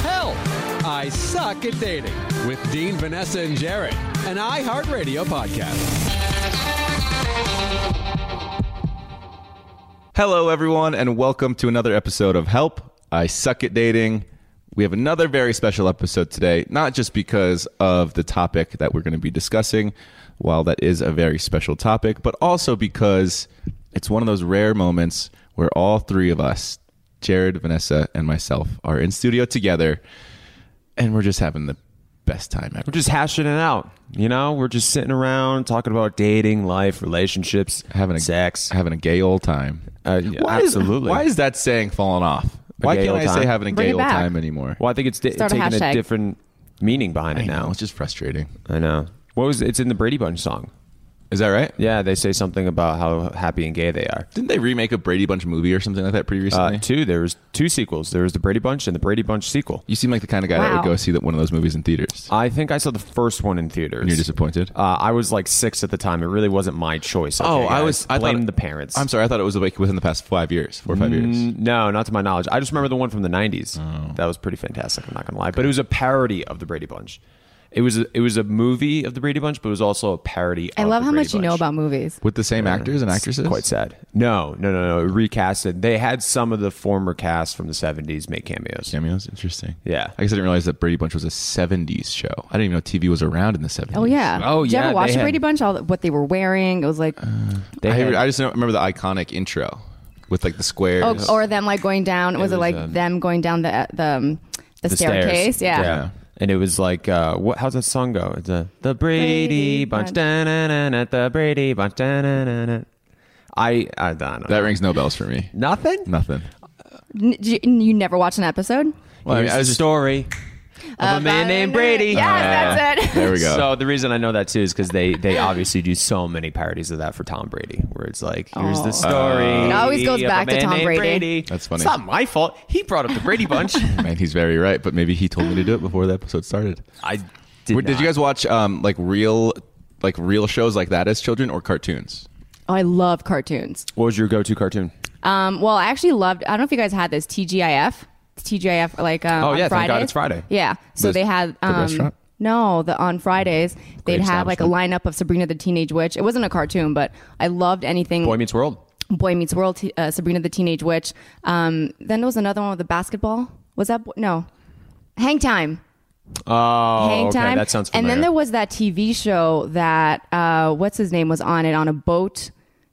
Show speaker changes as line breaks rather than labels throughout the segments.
Help! I Suck at Dating with Dean, Vanessa, and Jared, an iHeartRadio podcast.
Hello, everyone, and welcome to another episode of Help. I suck at dating. We have another very special episode today, not just because of the topic that we're going to be discussing, while that is a very special topic, but also because it's one of those rare moments where all three of us, Jared, Vanessa, and myself, are in studio together, and we're just having the best time ever.
We're just hashing it out. You know, we're just sitting around talking about dating, life, relationships,
having a,
sex.
having a gay old time.
Uh, yeah,
is-
absolutely.
why is that saying falling off? Why
gay
can't
old
I say
time?
having a
Bring
gay
it
old
back.
time anymore?
Well, I think it's di-
Start a
taking a,
hashtag.
different meaning behind
I
it
know
now.
it's just frustrating.
I know. What was it's in the Brady Bunch song?
Is that right?
Yeah, they say something about how happy and gay they are.
Didn't they remake a Brady Bunch movie or something like that pretty recently?
Uh, two, there was two sequels. There was the Brady Bunch and the Brady Bunch sequel.
you seem like the kind of guy that would
Wow.
go see that one of those movies in theaters.
I think I saw the first one in theaters.
and you're disappointed. Oh,
Uh, I was like six at the time. It really wasn't my choice. okay, guys? blame the parents.
I'm sorry. I thought it was like within the past five years, four or five years. Oh.
Mm, No, not to my knowledge. I just remember the one from the '90s. That was pretty fantastic. I'm not gonna lie, but it was a parody of the Brady Bunch. It was a, it was a movie of the Brady Bunch, but it was also a parody.
I
of
love
the
how
Brady
much you know
Bunch.
about movies.
With the same actors and
It's
actresses.
Quite sad. No, no, no, no. It recasted. They had some of the former cast from the '70s make cameos.
Cameos, interesting.
Yeah.
I guess I didn't realize that Brady Bunch was a '70s show. I didn't even know TV was around in the '70s.
Oh yeah.
Oh,
Did you
yeah,
ever watch
they
the
had- Uh,
Brady Bunch? All the, what they were wearing. It was like,
They
I,
had-
I just know- remember the iconic intro with like the squares.
oh, or them like going down. Was it,
was,
like
um,
them going down the the um, the,
the stairs.
staircase? Yeah.
And it was like, uh, what? How's that song go? It's uh, the Brady
Brady
Bunch,
Bunch.
da-na-na-na, the Brady Bunch, da-na-na-na. I, I don't know.
That rings no bells for me.
nothing.
Nothing.
N- did you, you never watched an episode?
Well, I mean,
Here's
I was
the
just-
story of a man named Brady.
Yes, that's it.
There we go.
So the reason I know that too is because they they obviously do so many parodies of that for Tom Brady, where it's like, here's
Oh.
the story.
It always goes
of a
back to
man
Tom
named
Brady.
That's funny.
It's not my fault. He brought up the Brady Bunch.
Man, he's very right, but maybe he told me to do it before the episode started.
I did.
Did,
not.
you guys watch um, like real, like real shows like that as children or cartoons?
Oh, I love cartoons.
What was your go-to cartoon?
Um, well, I actually loved. I don't know if you guys had this TGIF. It's TGIF like um,
Oh,
on
yeah, thank God
Fridays.
it's Friday.
Yeah. So
The-
they had
the
um,
restaurant?
No, the on Fridays they'd have like a lineup of Sabrina the Teenage Witch. It wasn't a cartoon, but I loved anything
Boy Meets World.
Boy Meets World, t- uh, Sabrina the Teenage Witch. Um, then there was another one with the basketball. Was that bo- no? Hang Time.
Oh,
Hang
okay.
Time.
That sounds
And
familiar.
then there was that TV show that uh, what's his name was on it on a boat.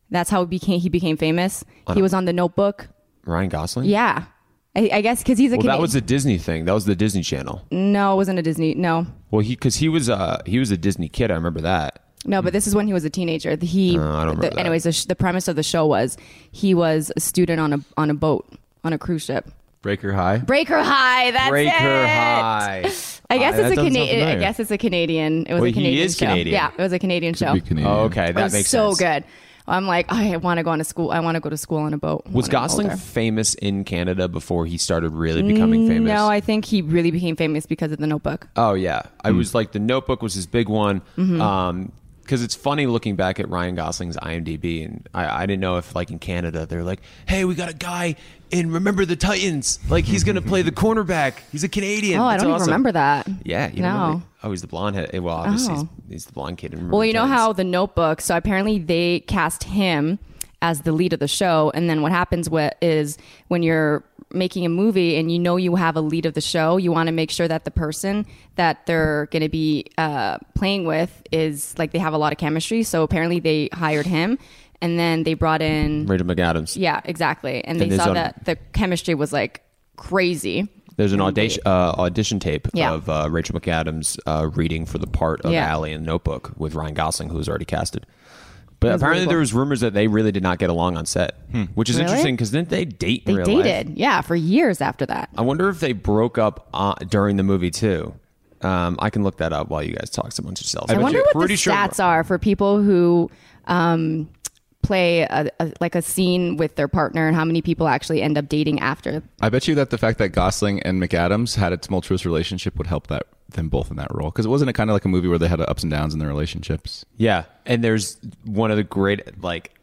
That's how he became he became famous. He was on The Notebook.
Ryan Gosling.
Yeah, I, I guess because he's a
Well, that
Canadian-
was a Disney thing. That was the Disney Channel.
no, it wasn't a Disney. No,
Well, he because he was uh he was a Disney kid. I remember that.
no, but this is when he was a teenager. The- He,
Hmm. I don't remember
the,
that.
anyways, the, sh- the premise of the show was he was a student on a on a boat on a cruise ship.
Breaker High.
Breaker High. That's
Breaker
it.
High.
I guess
That
it's a
doesn't sound
Canadian. I
familiar.
guess it's a Canadian. It was
Well, he
a Canadian
is
show.
Canadian.
Yeah, it was a Canadian show.
Big Canadian.
Oh, okay,
It
that
was
makes
so
sense.
good. I'm like, I want to go on a school. I want to go to school on a boat.
Was
when I'm
Gosling
older. Mm,
famous in Canada before he started really becoming famous?
No, I think he really became famous because of The Notebook.
Oh yeah, I
Hmm.
was like the Notebook was his big one.
Mm-hmm.
Um, because it's funny looking back at Ryan Gosling's IMDb, and I, I didn't know if like in Canada they're like, "Hey, we got a guy in Remember the Titans. Like he's gonna play the cornerback. He's a Canadian."
Oh, I
That's
don't even
awesome."
remember that.
Yeah, you
no.
don't remember? Oh, he's the blonde head. eh, Well, obviously
Oh.
he's, he's the blonde kid. In Remember
Well,
the
you know
Titans.
how The Notebook. So apparently they cast him as the lead of the show, and then what happens with is when you're making a movie and you know you have a lead of the show, you want to make sure that the person that they're going to be uh, playing with is like they have a lot of chemistry. So apparently they hired him, and then they brought in
Rachel McAdams.
yeah, exactly,
And
and, they
there's
saw
an-
that the chemistry was like crazy.
There's an audition uh, audition tape
Yeah.
of uh, Rachel McAdams uh, reading for the part of
Yeah.
Allie in Notebook with Ryan Gosling, who was already casted. But
That's
apparently,
really cool. Hmm.
there was rumors that they really did not get along on set, which is
Really?
interesting because didn't they date?
They
in real life?
dated, yeah, for years after that.
I wonder if they broke up uh, during the movie too. Um, I can look that up while you guys talk amongst yourselves.
I wonder what the stats are for people who um, play a, a, like a scene with their partner and how many people actually end up dating after.
I bet you that the fact that Gosling and McAdams had a tumultuous relationship would help that them both in that role because it wasn't it kind of like a movie where they had ups and downs in their relationships.
Yeah, and there's one of the great like,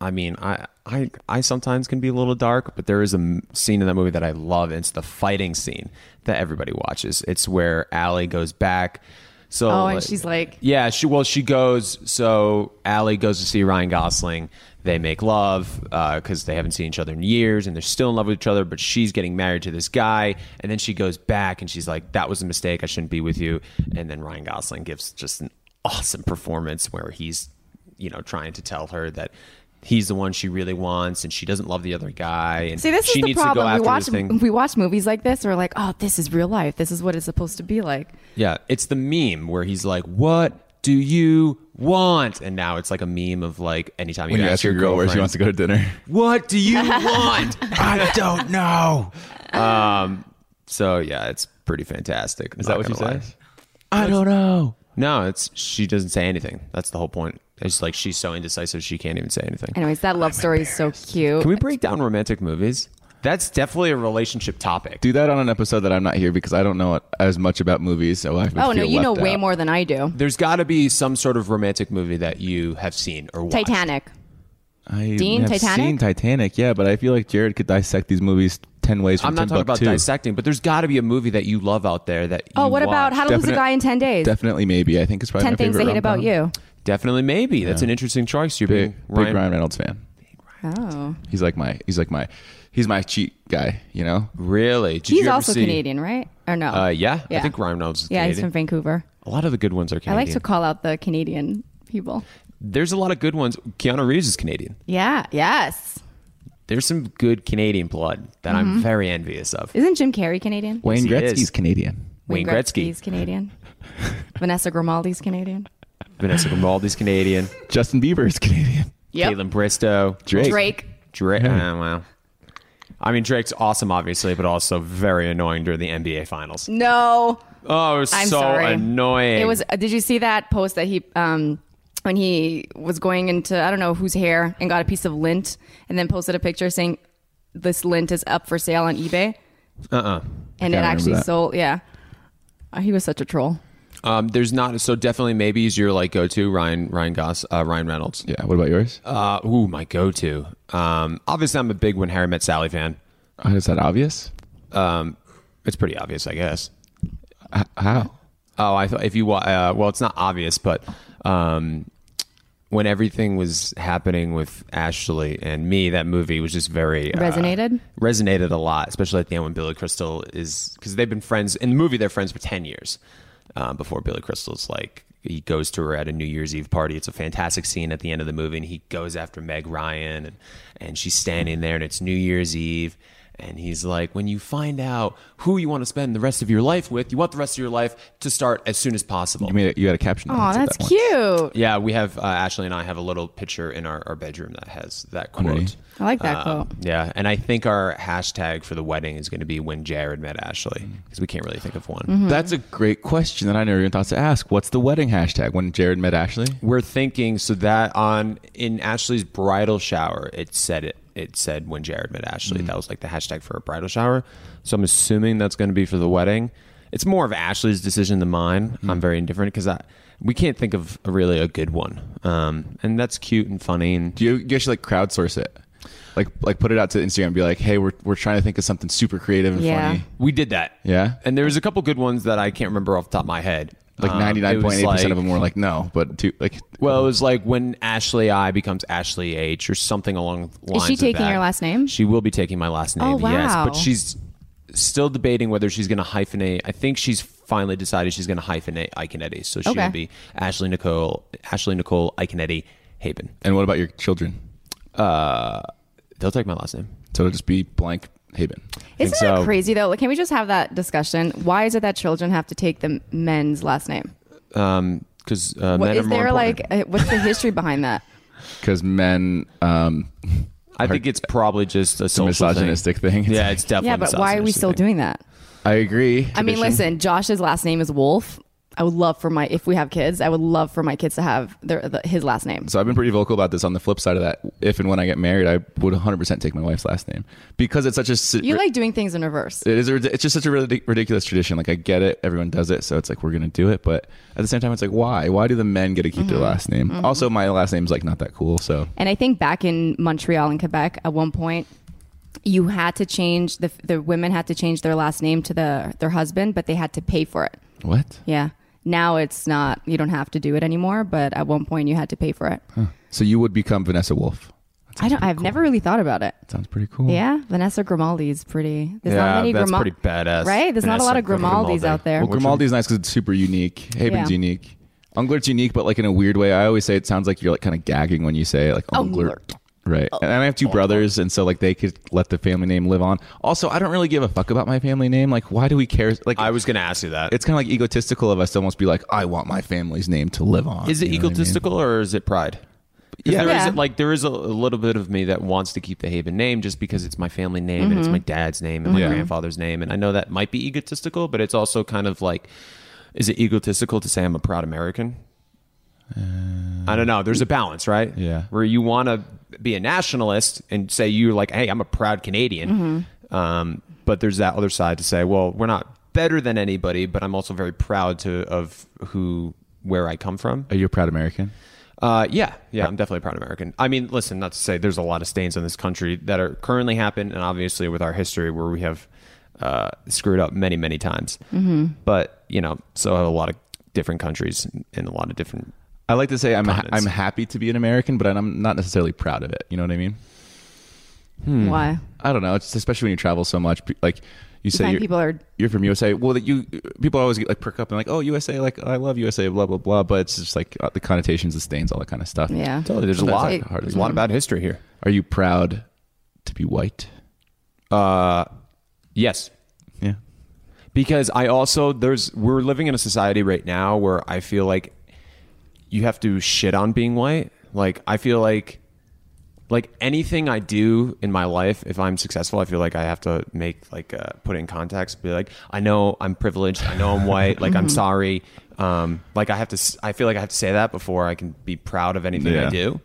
I mean, I I I sometimes can be a little dark, but there is a m- scene in that movie that I love. And it's the fighting scene that everybody watches. It's where Allie goes back. So
Oh, and she's like-
yeah, she well she goes. So Allie goes to see Ryan Gosling. They make love because they haven't seen each other in years, and they're still in love with each other. But she's getting married to this guy, and then she goes back and she's like, "That was a mistake. I shouldn't be with you." And then Ryan Gosling gives just an awesome performance where he's, you know, trying to tell her that he's the one she really wants, and she doesn't love the other guy. And
See, this
she
is the
needs to go
problem. We
after
watch
this thing.
we watch movies like this. And we're like, oh, this is real life. This is what it's supposed to be like.
Yeah, it's the meme where he's like, "What do you want?" And now it's like a meme of like anytime you,
When you
ask,
ask your girl where she
girlfriend,
wants to go to dinner,
"What do you want?" I don't know. Um. So yeah, it's pretty fantastic. Is
that what she says?
I don't know. Oh, No, it's she doesn't say anything. That's the whole point. It's like she's so indecisive she can't even say anything.
Anyways, that love story is so cute.
Oh, Can we break down romantic movies? That's definitely a relationship topic.
do that on an episode that I'm not here because I don't know as much about movies. So I
oh no, you know way more than I do.
There's got to be some sort of romantic movie that you have seen or watched.
Titanic.
I
Dean,
have
Titanic?
seen Titanic, yeah, but I feel like Jared could dissect these movies ten ways from
I'm not talking about
Timbuktu.
dissecting, but there's got to be a movie that you love out there that.
Oh,
you
what about
watch.
how to lose a
Definite-
guy in ten days?
Definitely, maybe I think it's probably
Ten
my
things they
favorite
hate about
rom-com.
you.
Definitely, maybe that's an interesting choice. You're
Big,
being
big Ryan, Reynolds fan.
Oh,
He's like my, he's like my, he's my cheat guy. You know,
Really? Did
he's
you ever
also
see-
Canadian, right? Or no?
Uh, yeah, I think Ryan Reynolds is
Yeah, he's
Canadian.
from Vancouver.
A lot of the good ones are
I
Canadian.
like to call out the Canadian people.
There's a lot of good ones. Keanu Reeves is Canadian.
Yeah. Yes.
There's some good Canadian blood that I'm very envious of.
Mm-hmm. Isn't Jim Carrey Canadian?
Wayne
he
Gretzky's
is.
Canadian.
Wayne Gretzky,
Gretzky's Canadian. Vanessa Grimaldi's Canadian.
Vanessa Grimaldi's Canadian,
Justin Bieber is Canadian.
Caitlin Bristow,
Drake.
Drake.
Drake. uh, well, I mean Drake's awesome, obviously, but also very annoying during the NBA Finals.
No.
Oh, it was
I'm
so
sorry.
annoying.
It was. uh, Did you see that post that he um when he was going into I don't know whose hair and got a piece of lint and then posted a picture saying this lint is up for sale on eBay
uh uh
and
I
it
remember
actually
that.
sold. Yeah. Uh, he was such a troll.
Um, there's not so definitely maybe is your like go to Ryan Ryan Goss uh, Ryan Reynolds.
Yeah. What about yours?
Uh, ooh, my go to. Um, obviously I'm a big When Harry Met Sally fan.
Uh, is that obvious?
Um, it's pretty obvious, I guess.
H- how?
Oh, I thought if you wa- uh, well, it's not obvious, but um, when everything was happening with Ashley and me, that movie was just very uh,
Resonated?
resonated a lot, especially at the end when Billy Crystal is because they've been friends in the movie. They're friends for ten years uh, before Billy Crystal's like he goes to her at a New Year's Eve party. It's a fantastic scene at the end of the movie, and he goes after Meg Ryan, and and she's standing there, and it's New Year's Eve. And he's like, when you find out who you want to spend the rest of your life with, you want the rest of your life to start as soon as possible.
You made a, you had a caption.
Oh, that's cute.
Yeah, we have uh, Ashley and I have a little picture in our, our bedroom that has that quote.
Underneath.
I like that
Um,
quote.
Yeah, and I think our hashtag for the wedding is going to be when Jared met Ashley because we can't really think of one.
Mm-hmm.
That's a great question that I never even thought to ask. What's the wedding hashtag when Jared met Ashley?
We're thinking so that on in Ashley's bridal shower, it said it. It said when Jared met Ashley.
Mm-hmm.
That was like the hashtag for a bridal shower. So I'm assuming that's going to be for the wedding. It's more of Ashley's decision than mine.
Mm-hmm.
I'm very indifferent because I we can't think of a, really a good one. Um, and that's cute and funny. And
Do you, you should like crowdsource it? Like like put it out to Instagram and be like, hey, we're, we're trying to think of something super creative and
Yeah.
funny.
we did that.
Yeah?
And there was a couple good ones that I can't remember off the top of my head.
Like
Um, it
ninety nine point eight
was
percent of
like-
them were like no, but two, like
Well, it was like when Ashley I becomes Ashley H or something along the lines.
she
of
taking
that.
your last name?
She will be taking my last name.
Oh,
Yes,
wow.
but she's still debating whether she's going to hyphenate. I think she's finally decided she's going to hyphenate Iconetti, so she'll
Okay.
be Ashley Nicole Ashley Nicole Iconetti Haben. Uh,
and what about your children?
They'll take my last name.
So it'll just be blank Haven.
think
Isn't that
so.
crazy though? Like, can we just have that discussion? Why is it that children have to take the men's last name?
Because uh, men
What is
are more
there
important.
like? uh, What's the history behind that?
Because men um
I think it's probably just a social thing.
misogynistic thing.
Yeah, it's definitely.
Yeah, but why are we
misogynistic
still
thing.
doing that?
I agree.
I mean,
Tradition.
listen, Josh's last name is Wolf. I would love for my if we have kids, I would love for my kids to have their the, his last name.
So I've been pretty vocal about this. On the flip side of that, if and when I get married, I would 100% take my wife's last name because it's such a si-
You like doing things in reverse.
it is a, rid- it's just such a really ridiculous tradition. Like I get it, everyone does it, so it's like we're gonna do it. But at the same time, it's like why? Why do the men get to keep their
Mm-hmm.
last name? Also, my last name's like not that cool. So
And I think back in Montreal and Quebec, at one point, you had to change the the women had to change their last name to the their husband, but they had to pay for it.
what?
Yeah. Now it's not you don't have to do it anymore, but at one point you had to pay for it.
So you would become Vanessa Wolf.
I don't. I've never really thought about it.
Sounds pretty cool.
Yeah, Vanessa Grimaldi is pretty. There's
Yeah,
not many
that's
Grimal-
pretty badass.
right? There's not a lot
Vanessa
of Grimaldis
Grimaldi.
out there.
Well, Grimaldi's nice because it's super unique. Haven's
Yeah.
unique. Unglert's unique, but like in a weird way. I always say it sounds like you're like kind of gagging when you say like Unglert.
Unglert.
Right. And I have two brothers, and so like they could let the family name live on. Also, I don't really give a fuck about my family name. Like, why do we care? Like,
I was going to ask you that.
it's kind of like egotistical of us to almost be like, I want my family's name to live on.
Is it
You know what I mean?
egotistical or is it pride? 'Cause
Yeah.
there is-
Yeah.
like there is a, a little bit of me that wants to keep the Haven name just because it's my family name and it's my dad's name and my
Yeah.
grandfather's name, and I know that might be egotistical, but it's also kind of like, is it egotistical to say I'm a proud American? I don't know. There's a balance, right?
Yeah.
where you want to be a nationalist and say you're like, hey, I'm a proud Canadian, um, but there's that other side to say, well, we're not better than anybody, but I'm also very proud to of who where I come from.
Are you a proud American?
Uh, yeah, yeah, I'm definitely a proud American. I mean, listen, not to say there's a lot of stains on this country that are currently happen, and obviously with our history where we have uh, screwed up many, many times. Mm-hmm. But you know, so have a lot of different countries and a lot of different.
I like to say I'm ha-
Continents.
I'm happy to be an American, but I'm not necessarily proud of it. You know what I mean? Hmm.
Why?
I don't know. It's just- especially when you travel so much. pe- Like you say,
find
you're-
people are-
you're from USA. Well, that you people always get, like perk up and like, oh USA, like I love USA, blah blah blah. But it's just like uh, the connotations, the stains, all that kind of stuff.
Yeah.
Totally, there's a lot.
It-
there's a lot of bad history here.
Are you proud to be white?
Uh, Yes,
Yeah.
because I also there's we're living in a society right now where I feel like you have to shit on being white. Like I feel like like anything I do in my life, if I'm successful, I feel like I have to make like uh, put it in context. Be like, I know I'm privileged. I know I'm white. Like I'm sorry. Um, like I have to. s- I feel like I have to say that before I can be proud of anything
Yeah.
I do.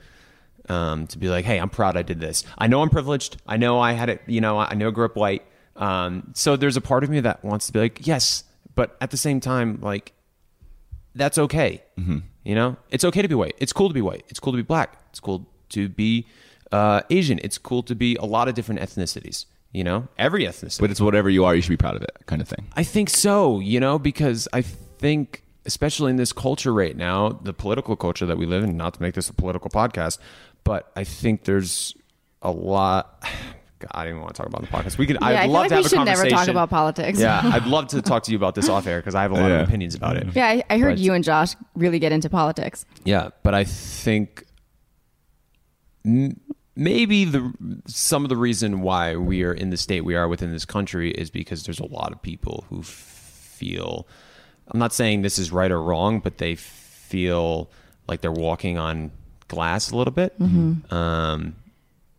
Um, to be like, hey, I'm proud I did this. I know I'm privileged. I know I had it. You know, I I know I grew up white. Um, so there's a part of me that wants to be like, yes, but at the same time, like that's okay.
Mm-hmm.
You know, it's okay to be white. It's cool to be white. It's cool to be black. It's cool to be uh, Asian. It's cool to be a lot of different ethnicities. You know, every ethnicity.
But it's whatever you are, you should be proud of it, kind of thing.
I think so. You know, because I think, especially in this culture right now, the political culture that we live in. Not to make this a political podcast, but I think there's a lot. God, I didn't want to talk about the podcast. We could. I'd
yeah, I
love
feel like
to have
we
a
should never
conversation.
talk about politics.
Yeah, I'd love to talk to you about this off air because I have a lot
Yeah.
of opinions about it.
Yeah, I, I heard
But-
you and Josh really get into politics.
Yeah, but I think m- maybe the some of the reason why we are in the state we are within this country is because there's a lot of people who feel I'm not saying this is right or wrong, but they feel like they're walking on glass a little bit. Um,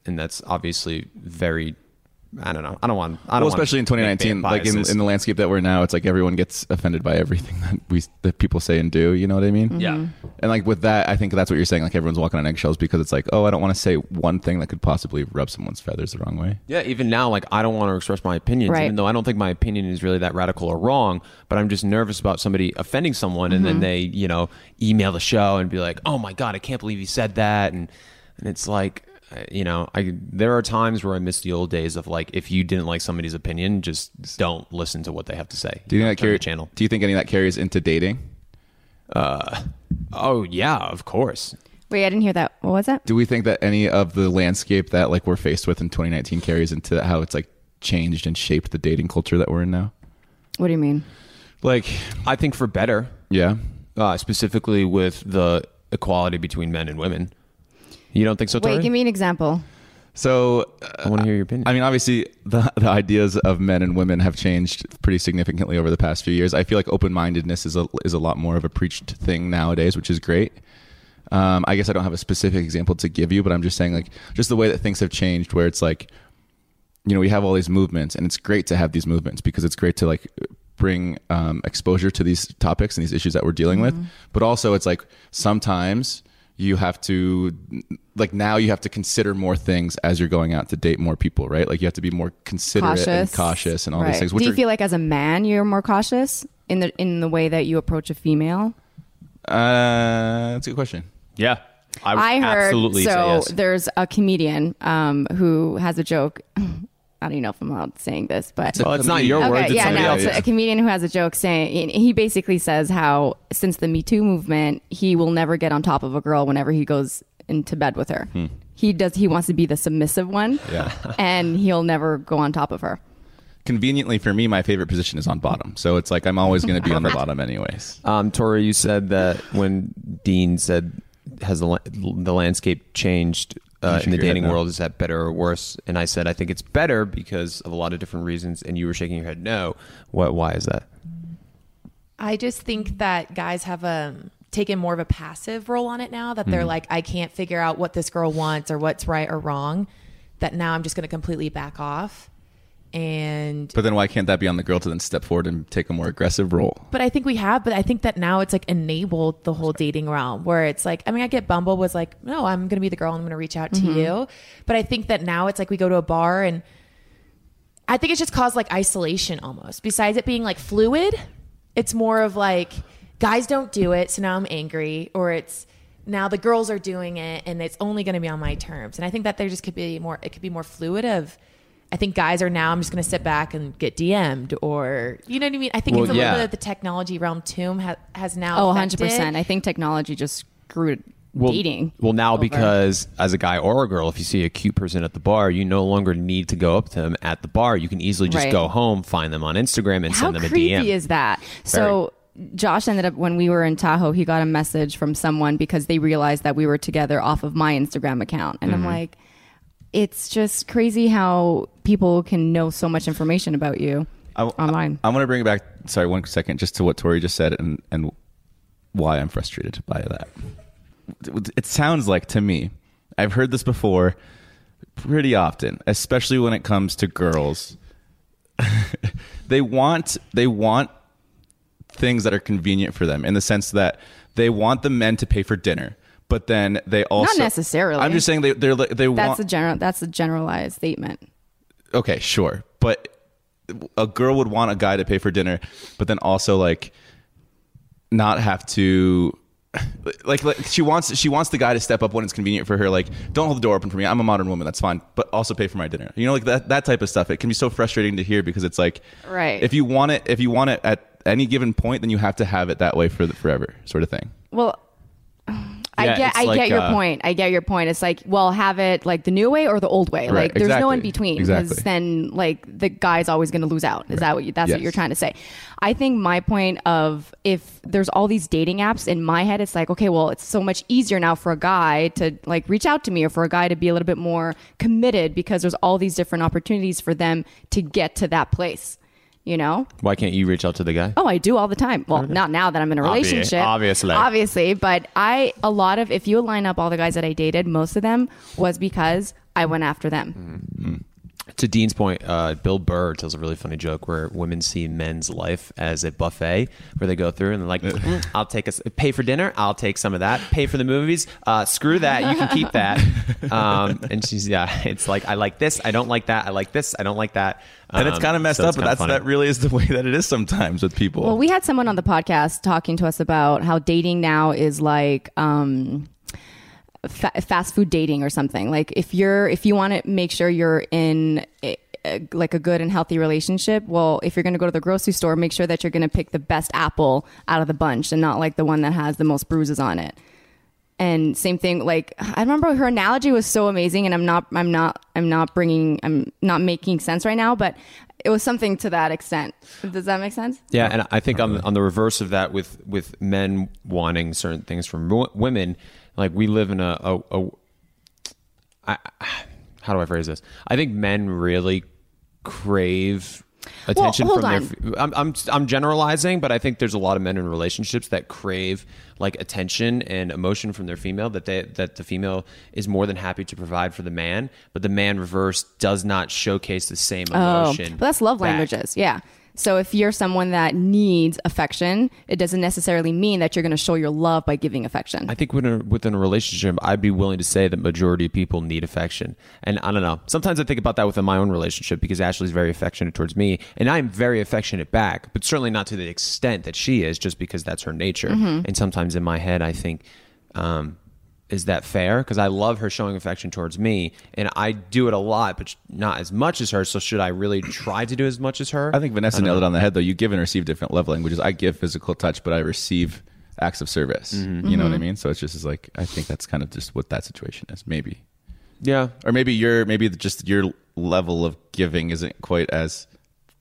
and that's obviously very I don't know. I don't want I don't
Well,
wanna
especially in 2019,
make
like in,
biases.
in the landscape that we're now, it's like everyone gets offended by everything that we that people say and do. You know what I mean?
Yeah.
And like with that, I think that's what you're saying. Like everyone's walking on eggshells because it's like, oh, I don't want to say one thing that could possibly rub someone's feathers the wrong way.
Yeah, even now, like I don't want to express my opinions,
Right.
even though I don't think my opinion is really that radical or wrong. But I'm just nervous about somebody offending someone, and then
Mm-hmm.
they, you know, email the show and be like, "Oh my god, I can't believe you said that," and and it's like, uh, you know, I there are times where I miss the old days of like, if you didn't like somebody's opinion, just don't listen to what they have to say.
Do you
know,
think that
turn the
carries?
channel?
Do you think any of that carries into dating?
Oh yeah, of course.
Wait, I didn't hear that. What was that?
Do we think that any of the landscape that like we're faced with in 2019 carries into how it's like changed and shaped the dating culture that we're in now?
What do you mean?
Like,
I think for better,
yeah,
uh, specifically with the equality between men and women. You don't think so, Tori?
Wait, give me an example.
So
I want to hear your opinion.
I mean, obviously, the, the ideas of men and women have changed pretty significantly over the past few years. I feel like open mindedness is a is a lot more of a preached thing nowadays, which is great. Um, I guess I don't have a specific example to give you, but I'm just saying, like, just the way that things have changed, where it's like, you know, we have all these movements, and it's great to have these movements because it's great to like bring um, exposure to these topics and these issues that we're dealing
Mm-hmm.
with. But also, it's like sometimes you have to like now you have to consider more things as you're going out to date more people, right? Like you have to be more considerate
Cautious
and cautious and all
Right.
these things.
Do you
are-
feel like as a man you're more cautious in the in the way that you approach a female?
uh, that's a good question.
Yeah. I, would
I heard
absolutely
so
say yes.
there's a comedian um, who has a joke. I don't even know if I'm allowed saying this, but
Well, it's not your
Okay,
words.
Okay,
It's
yeah,
somebody
no,
else's.
it's a comedian who has a joke saying he basically says how since the Me Too movement, he will never get on top of a girl whenever he goes into bed with her. He does. He wants to be the submissive one,
Yeah.
and he'll never go on top of her.
Conveniently for me, my favorite position is on bottom, so it's like I'm always going to be on the bottom anyways.
Um, Tori, you said that when Dean said, "Has the la- the landscape changed uh,
shake
in the
your head
dating
no.
world? Is that better or worse?" And I said, "I think it's better because of a lot of different reasons." And you were shaking your head, "No." What? Why is that?
I just think that guys have um, taken more of a passive role on it now that they're like, I can't figure out what this girl wants or what's right or wrong. That now I'm just going to completely back off. And,
But then why can't that be on the girl to then step forward and take a more aggressive role?
but I think we have, but I think that now it's like enabled the whole dating realm where it's like, I mean, I get Bumble was like, no, I'm going to be the girl and I'm going to reach out to you. But I think that now it's like we go to a bar and I think it's just caused like isolation almost. Besides it being like fluid, it's more of like guys don't do it, so now I'm angry, or it's now the girls are doing it and it's only going to be on my terms. And I think that there just could be more it could be more fluid of I think guys are now I'm just going to sit back and get DM'd or you know what I mean? I think
Well,
it's a little
yeah.
bit of the technology realm too ha- has now
Oh, 100
affected-
percent. I think technology just screwed dating.
Well, now
over.
because as a guy or a girl, if you see a cute person at the bar, you no longer need to go up to them at the bar. You can easily just
Right.
go home, find them on Instagram, and
How
send them a
creepy
DM.
is that? So Josh ended up when we were in Tahoe, he got a message from someone because they realized that we were together off of my Instagram account, and
Mm-hmm.
I'm like, it's just crazy how people can know so much information about you online.
I want to bring it back. Sorry, one second, just to what Tori just said and and why I'm frustrated by that. It sounds like to me, I've heard this before pretty often, especially when it comes to girls. they want they want things that are convenient for them in the sense that they want the men to pay for dinner, but then they also
necessarily.
I'm just saying they they're, like- they want
that's a general. That's a generalized statement.
okay, sure, but a girl would want a guy to pay for dinner, but then also like not have to like, like she wants she wants the guy to step up when it's convenient for her. Like, don't hold the door open for me. I'm a modern woman. That's fine, but also pay for my dinner. You know, like that that type of stuff. It can be so frustrating to hear because it's like,
Right.
If you want it, if you want it at any given point, then you have to have it that way for the, forever, sort of thing.
Well,
Yeah,
I get,
it's
I
like,
get your
uh,
point. I get your point. It's like, well, have it like the new way or the old way.
Right,
like, there's no in
exactly,
between because
exactly.
then like the guy's always going to lose out. Is that what you, that's
Yes.
what you're trying to say? I think my point of if there's all these dating apps in my head, it's like, okay, well, it's so much easier now for a guy to like reach out to me or for a guy to be a little bit more committed because there's all these different opportunities for them to get to that place. You know?
Why can't you reach out to the guy?
Oh, I do all the time. Well, not now that I'm in a
Obvi-
relationship.
obviously.
Obviously. But I, a lot of, if you line up all the guys that I dated, most of them was because I went after them.
To Dean's point, uh, Bill Burr tells a really funny joke where women see men's life as a buffet where they go through and they're like, "Mm, I'll take a, s- pay for dinner, I'll take some of that, pay for the movies, uh, screw that, you can keep that. Um, and she's, yeah, it's like, I like this, I don't like that, I like this, I don't like that.
and it's
Um,
kind of messed
so
up,
it's
but
kinda
that's
funny.
that really is the way that it is sometimes with people.
Well, we had someone on the podcast talking to us about how dating now is like, um, fa- fast food dating or something like if you're if you want to make sure you're in a, a- like a good and healthy relationship well if you're going to go to the grocery store make sure that you're going to pick the best apple out of the bunch and not like the one that has the most bruises on it and same thing like i remember her analogy was so amazing and i'm not i'm not i'm not bringing i'm not making sense right now but it was something to that extent does that make sense
Yeah, and I think on on the reverse of that, with with men wanting certain things from wo- women, like we live in a, a, a I, how do I phrase this? I think men really crave attention
hold
from
on.
their. I'm, I'm I'm generalizing, but I think there's a lot of men in relationships that crave like attention and emotion from their female that they that the female is more than happy to provide for the man, but the man reverse does not showcase the same emotion.
Oh, but that's love
back.
languages. Yeah. So if you're someone that needs affection, it doesn't necessarily mean that you're going to show your love by giving affection.
I think within a, within a relationship, I'd be willing to say that majority of people need affection, and I don't know. Sometimes I think about that within my own relationship because Ashley's very affectionate towards me, and I'm very affectionate back, but certainly not to the extent that she is, just because that's her nature.
Mhm.
And sometimes in my head, I think, um, is that fair? Because I love her showing affection towards me, and I do it a lot, but sh- not as much as her. So should I really try to do as much as her?
I think Vanessa nailed it on the head, though. You give and receive different love languages. I give physical touch, but I receive acts of service. You know what I
Mhm.
mean? So it's just it's like I think that's kind of just what that situation is, maybe.
Yeah,
or maybe your maybe just your level of giving isn't quite as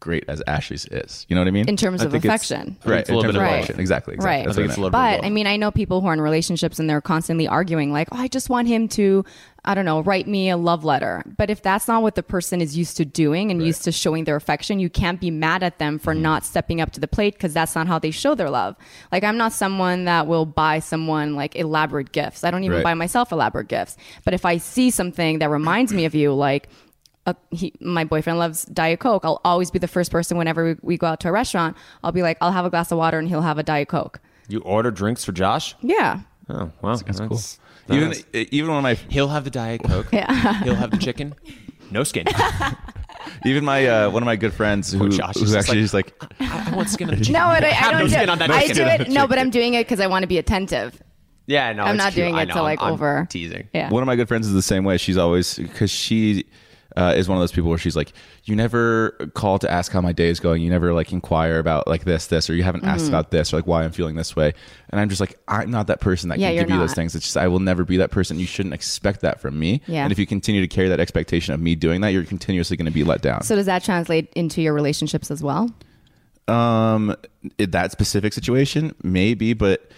great as Ashley's is. You know what I mean?
In terms I of think it's- affection. I think
right?
it's
in
a little bit
terms of
of
affection,
both.
exactly. exactly.
Right.
That's what I meant.
But I mean, I know people who are in relationships and they're constantly arguing, like, oh, I just want him to, I don't know, write me a love letter. But if that's not what the person is used to doing and used to showing their affection, you can't be mad at them for not stepping up to the plate because that's not how they show their love. Like, I'm not someone that will buy someone like elaborate gifts. I don't even
Right.
buy myself elaborate gifts. But if I see something that reminds me of you, like, a, he, my boyfriend loves Diet Coke. I'll always be the first person whenever we, we go out to a restaurant. I'll be like, I'll have a glass of water and he'll have a Diet Coke.
you order drinks for Josh.
Yeah.
Oh wow, that's, cool.
Even- even when I
he'll have the diet coke.
Yeah.
he'll have the chicken. No skin.
even my uh, one of my good friends who,
Josh is
who
just
actually
like,
is like
I want skin
No, but I, I
Have no
don't do
skin on
it.
that
I
chicken.
do it. No, but I'm doing it because I want to be attentive.
Yeah, no,
I'm
it's
not
cute.
doing
I
it
know,
to
I'm-
like
I'm
over.
teasing.
Yeah.
One of my good friends is the same way. She's always because she uh, is one of those people where she's like, you never call to ask how my day is going. You never like inquire about like this, this, or you haven't asked
Mhm.
about this or like why I'm feeling this way. And I'm just like, I'm not that person that
Yeah,
can
you're
give you those
not.
things. It's just I will never be that person. You shouldn't expect that from me.
Yeah.
And if you continue to carry that expectation of me doing that, you're continuously going to be let
Uh.
down.
So does that translate into your relationships as well?
Um, in that specific situation, maybe, but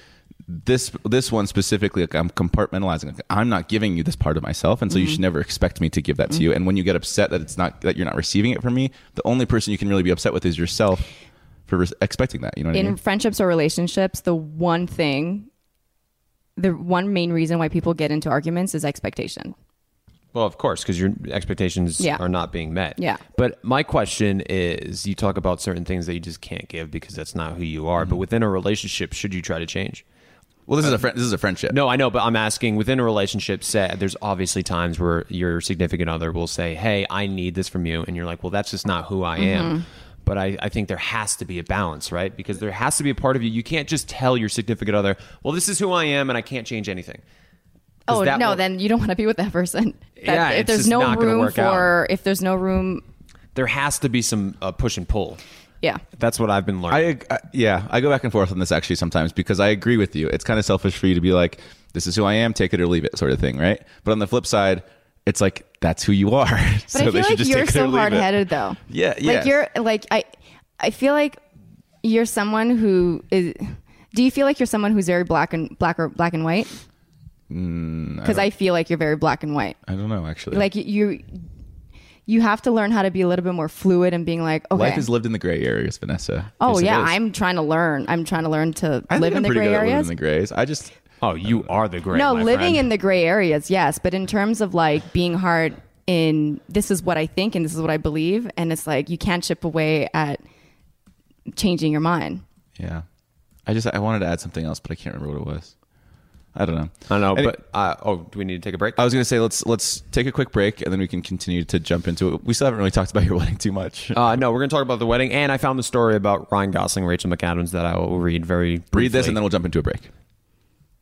this this one specifically, like I'm compartmentalizing. Like, I'm not giving you this part of myself, and so you
Mhm.
should never expect me to give that
Mm-hmm.
to you. And when you get upset that it's not that you're not receiving it from me, the only person you can really be upset with is yourself for res- expecting that. You know what I
In
mean?
friendships or relationships, the one thing, the one main reason why people get into arguments is expectation.
Well, of course, because your expectations
Yeah.
are not being met.
Yeah.
But my question is, you talk about certain things that you just can't give because that's not who you are. But within a relationship, should you try to change? Uh,
Well, this is a friend. This is a friendship.
No, I know, but I'm asking within a relationship. Say, there's obviously times where your significant other will say, "Hey, I need this from you," and you're like, "Well, that's just not who I
Mhm.
am." But I, I think there has to be a balance, right? Because there has to be a part of you. You can't just tell your significant other, "Well, this is who I am, and I can't change anything." 'Cause
Oh
that
no,
will-
then you don't want to be with that person. That-
Yeah,
if
it's
there's
just
no
not gonna
room
work out.
for, if there's no room,
there has to be some uh, push and pull.
yeah.
That's what I've been learning.
I, I yeah, I go back and forth on this actually sometimes because I agree with you. It's kind of selfish for you to be like, this is who I am, take it or leave it, sort of thing, right? But on the flip side, it's like that's who you are.
But I feel like you're so hard headed though.
Yeah, yeah.
Like you're like I I feel like you're someone who is do you feel like you're someone who's very black and black or black and white?
Mm,
Because I, feel like you're very black and white.
I don't know actually.
Like you you have to learn how to be a little bit more fluid and being like, okay.
life is lived in the gray areas, Vanessa.
Oh
Yes, it
yeah,
is.
I'm trying to learn. I'm trying to learn to
I think
live
I'm
in the
pretty
gray
good at living
areas.
in the grays. I just
Oh, you are the gray.
no,
my
living
friend.
in the gray areas, yes, but in terms of like being hard in this is what I think and this is what I believe, and it's like you can't chip away at changing your mind.
yeah, I just I wanted to add something else, but I can't remember what it was. I don't know.
I don't know,
Any-
but uh, oh, do we need to take a break?
I was going to say let's let's take a quick break and then we can continue to jump into it. We still haven't really talked about your wedding too much.
Uh, no, we're going to talk about the wedding, and I found the story about Ryan Gosling, Rachel McAdams that I will read very. Briefly.
Read this and then we'll jump into a break.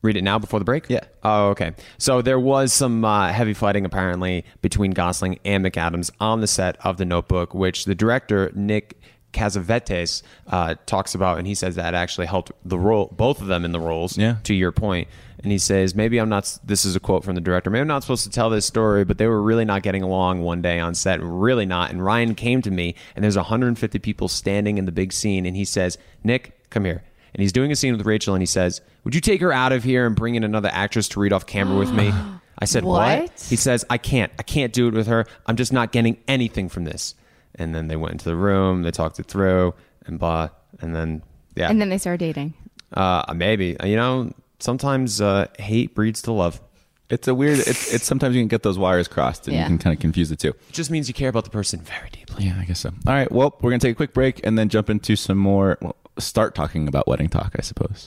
Read it now before the break?
Yeah.
Oh, okay. So there was some uh, heavy fighting apparently between Gosling and McAdams on the set of The Notebook, which the director, Nick Cazavetes, uh, talks about. And he says that actually helped the role, both of them in the roles,
Yeah.
to your point. And he says, maybe I'm not, this is a quote from the director, maybe I'm not supposed to tell this story, but they were really not getting along one day on set, really not. And Ryan came to me, and there's 150 people standing in the big scene. And he says, Nick, come here and he's doing a scene with Rachel and he says, "Would you take her out of here and bring in another actress to read off camera with me?" I said, what?
What?
He says, "I can't. I can't do it with her. I'm just not getting anything from this." And then they went into the room, they talked it through and blah, and then yeah.
And then they start dating.
uh maybe, you know, sometimes uh hate breeds to love.
It's a weird. It's, it's sometimes you can get those wires crossed and
Yeah.
you can kind of confuse the two.
It just means you care about the person very deeply.
Yeah, I guess so. All right. Well, we're gonna take a quick break and then jump into some more. Well, start talking about wedding talk, I suppose.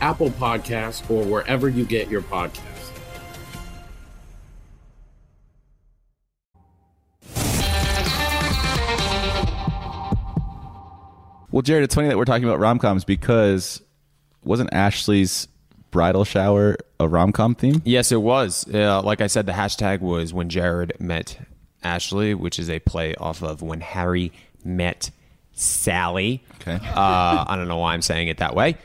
Apple Podcasts, or wherever you get your podcasts.
Well, Jared, it's funny that we're talking about rom coms because wasn't Ashley's bridal shower a rom com theme?
Yes, it was. Uh, like I said, the hashtag was when Jared met Ashley, which is a play off of when Harry met Sally.
Okay.
Uh, I don't know why I'm saying it that way.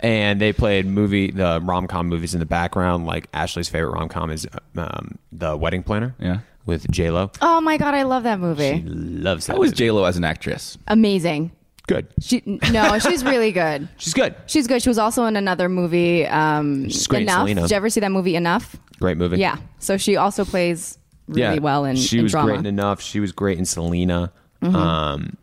and they played movie the rom com movies in the background. Like Ashley's favorite rom com is um, the Wedding Planner.
Yeah,
with J Lo.
Oh my god, I love that movie.
Loves that.
How is J Lo as an actress?
Amazing.
Good.
She no, she's really good.
She's good.
She's good. She was also in another movie. Um,
She's great in
Enough.
Selena.
Did you ever see that movie Enough?
Great movie.
Yeah. So she also plays really
Yeah.
well in,
she
in
was
drama.
great in enough. She was great in Selena.
Mhm.
Um,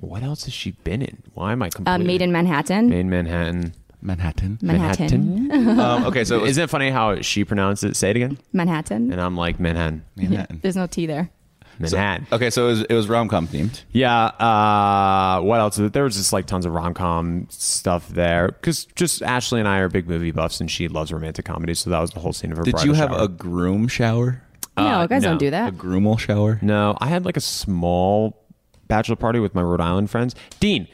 what else has she been in? Why am I
uh,
completely
Made in Manhattan.
Made in Manhattan?
Manhattan.
Manhattan.
um, okay, so isn't it funny how she pronounced it? Say it again.
Manhattan.
And I'm like Manhattan.
There's no T there.
Manhattan.
okay, so it was, it was rom com themed.
Yeah. Uh, what else? There was just like tons of rom com stuff there because just Ashley and I are big movie buffs, and she loves romantic comedies, so that was the whole scene of her.
Did
bridal
you have
shower. Uh,
a groom shower?
no, guys don't do that.
groomal shower?
No, I had like a small bachelor party with my Rhode Island friends. Dean,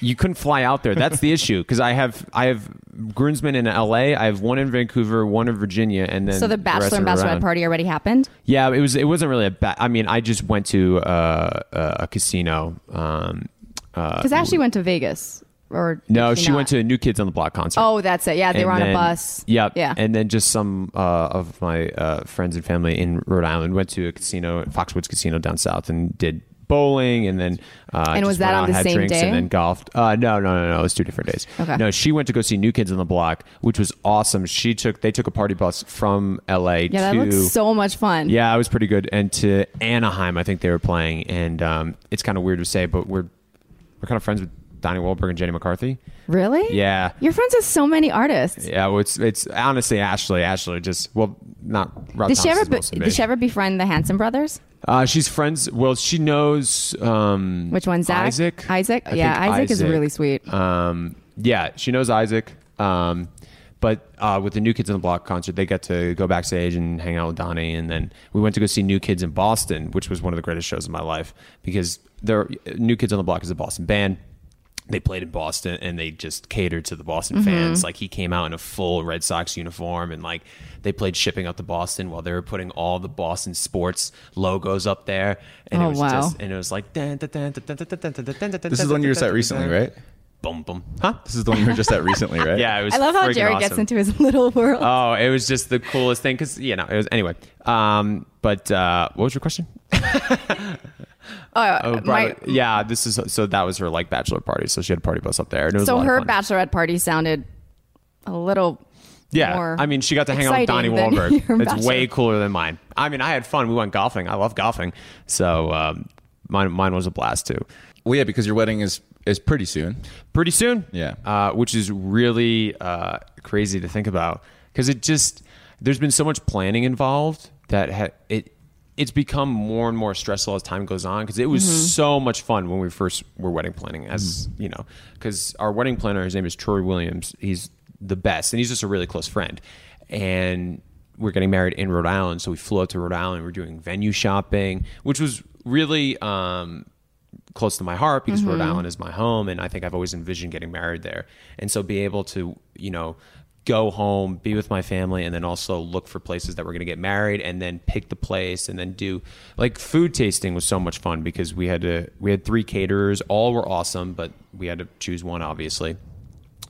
you couldn't fly out there. That's the issue because I have I have groomsmen in L.A. I have one in Vancouver, one in Virginia, and then
So the
rest
bachelor and
are
bachelorette
around.
party already happened.
Yeah, it was. It wasn't really a bad. I mean, I just went to uh, a, a casino. Um, uh,
Because Ashley went to Vegas. Or
no,
did
she went to a New Kids on the Block concert.
Oh, that's it. Yeah, they
And
were on
then-
a bus.
Yep.
Yeah.
And then just some uh, of my uh, friends and family in Rhode Island went to a casino, Foxwoods Casino down south, and did bowling, and then uh,
And
just
was that
went
on
out,
the
had
same
drinks,
day?
and then golfed. Uh, no, no, no, no. It was two different days.
Okay.
No, she went to go see New Kids on the Block, which was awesome. She took they took a party bus from L.A.
Yeah, that
to
looks so much fun.
yeah, it was pretty good. And to Anaheim, I think they were playing, and um, it's kind of weird to say, but we're we're kind of friends with Donnie Wahlberg and Jenny McCarthy.
Really?
Yeah.
You're friends with so many artists.
Yeah, well, it's it's honestly Ashley. Ashley just well, not Rob
Did she,
Thomas
ever
is
be,
mostly me.
did she ever befriend the Hanson brothers?
uh, she's friends. Well, she knows um,
Which one's Zach?
Isaac.
Isaac?
I
yeah,
think
Isaac, is really sweet.
Um, yeah, she knows Isaac. Um, but uh, with the New Kids on the Block concert, they got to go backstage and hang out with Donnie, and then we went to go see New Kids in Boston, which was one of the greatest shows of my life because their New Kids on the Block is a Boston band. They played in Boston and they just catered to the Boston
Mhm.
Mm-hmm.
fans. Like he came out in a full Red Sox uniform and like they played shipping up to Boston while they were putting all the Boston sports logos up there. And
Oh,
it was
wow.
just and it was like dun, dun, dun, dun, dun, dun, dun, dun, dun, dun,
This is the one you were just at recently, right?
Boom, boom. Huh?
This is the one you were just at recently, right?
Yeah, it was.
I love how
friggin'
Jared
awesome.
gets into his little world.
Oh, it was just the coolest thing because you know it was anyway. Um, but uh, what was your question?
Oh,
Oh,
my,
Broadway- yeah, this is so that was her like bachelor party. So she had a party bus up there. And it was a
so
lot of
her
fun.
bachelorette party sounded a little
yeah.
more
I mean, she got to hang out with Donnie
exciting than your
Wahlberg. It's
bachelor-
way cooler than mine. I mean, I had fun. We went golfing. I love golfing. So um, mine mine was a blast too.
Well, yeah, because your wedding is is pretty soon.
Pretty soon.
Yeah.
uh, which is really uh, crazy to think about because it just there's been so much planning involved that ha- it it's become more and more stressful as time goes on because it was
Mm-hmm.
Mhm.
so much fun when we first were wedding planning as you know because our wedding planner his name is Troy Williams he's the best and he's just a really close friend and we're getting married in Rhode Island so we flew out to Rhode Island we're doing venue shopping which was really um, close to my heart because Rhode
Mhm.
Island is my home and I think I've always envisioned getting married there. And so be able to, you know, go home, be with my family and then also look for places that we're going to get married and then pick the place and then do like food tasting was so much fun because we had to we had three caterers, all were awesome, but we had to choose one obviously.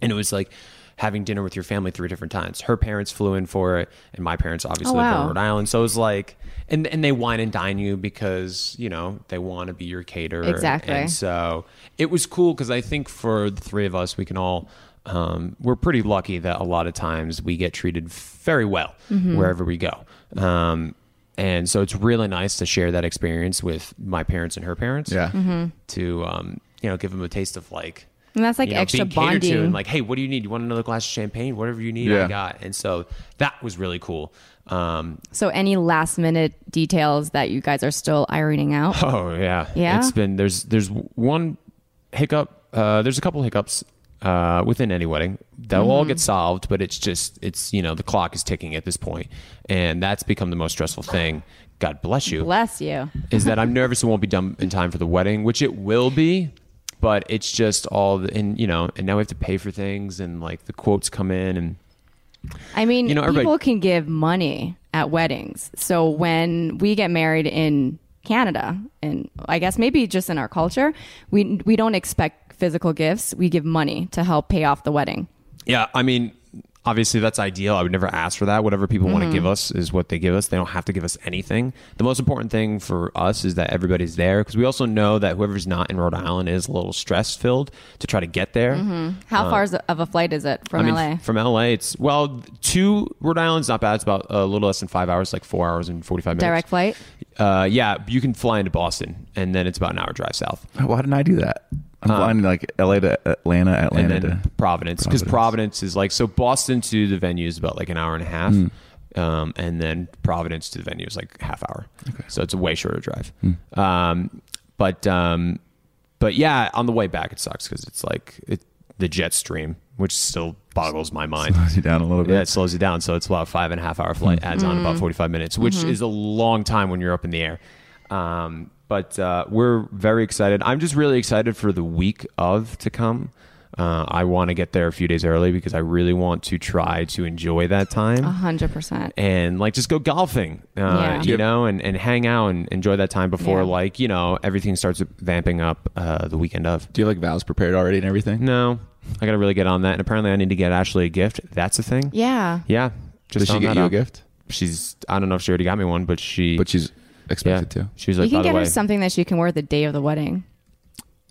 And it was like having dinner with your family three different times. Her parents flew in for it and my parents obviously
Oh,
live in
wow.
Rhode Rhode Island. So it was like, and and they wine and dine you because you know they want to be your caterer.
Exactly.
And so it was cool because I think for the three of us, we can all. Um, we're pretty lucky that a lot of times we get treated very well
Mm-hmm.
Mhm.
wherever we go. Um, and so it's really nice to share that experience with my parents and her parents.
Yeah.
Mhm.
To, um, you know, give them a taste of like,
And that's, like,
you know,
extra
being catered to
bonding.
and like, hey, what do you need? You want another glass of champagne? Whatever you need,
Yeah.
I got. And so that was really cool. Um,
So any last minute details that you guys are still ironing out?
Oh yeah,
Yeah?
It's been there's there's one hiccup. Uh, there's a couple hiccups uh, within any wedding that will all
Mhm.
get solved, but it's just it's you know the clock is ticking at this point, and that's become the most stressful thing. God bless you.
Bless you.
is that I'm nervous it won't be done in time for the wedding, which it will be. But it's just all, the, and you know, and now we have to pay for things, and like the quotes come in, and
I mean,
You know, everybody-
people can give money at weddings. So when we get married in Canada, and I guess maybe just in our culture, we we don't expect physical gifts. We give money to help pay off the wedding.
Yeah, I mean, obviously that's ideal. I would never ask for that. Whatever people want to
Mm-hmm.
Mhm.
give us is what they give us. They don't have to give us anything. The most important thing for us is that everybody's there because we also know that whoever's not in Rhode Island is a little stress filled to try to get there.
hmm How
Uh,
far is, of a flight is it from
I mean,
LA?
From LA, it's well to Rhode Island's not bad. It's about a little less than five hours, like four hours and forty five minutes.
Direct flight?
Uh, yeah, you can fly into Boston, and then it's about an hour drive south.
Why didn't I do that? I'm flying like LA to Atlanta, Atlanta
and then
to
Providence because Providence. is like so Boston to the venue is about like an hour and a half,
Mm.
um, and then Providence to the venue is like half hour. So it's a way shorter drive.
Hmm.
Um, but um, but yeah, on the way back it sucks because it's like it, the jet stream, which still boggles my mind.
Slows you down a little bit. Hmm.
Yeah, it slows you down. So it's about a five and a half hour flight adds on about
Mhm.
forty five minutes, which
Mm-hmm.
Mhm.
is a long time when you're up in the air. Um, but uh, we're very excited. I'm just really excited for the week of to come. Uh, I want to get there a few days early because I really want to try to enjoy that time
A hundred percent.
and like just go golfing, uh,
Uh-huh. Yeah.
you know, and, and hang out and enjoy that time before
Yeah.
like, you know, everything starts vamping up uh, the weekend of. Do you have like vows prepared already and everything? No, I got to really get on that. And apparently I need to get Ashley a gift. That's a thing.
Yeah.
Yeah.
Did she
on
get
that
you a
up.
gift?
She's, I don't know if she already got me one, but she, but
she's expected to.
She was like,
you can
by
get
the way,
her something that she can wear the day of the wedding.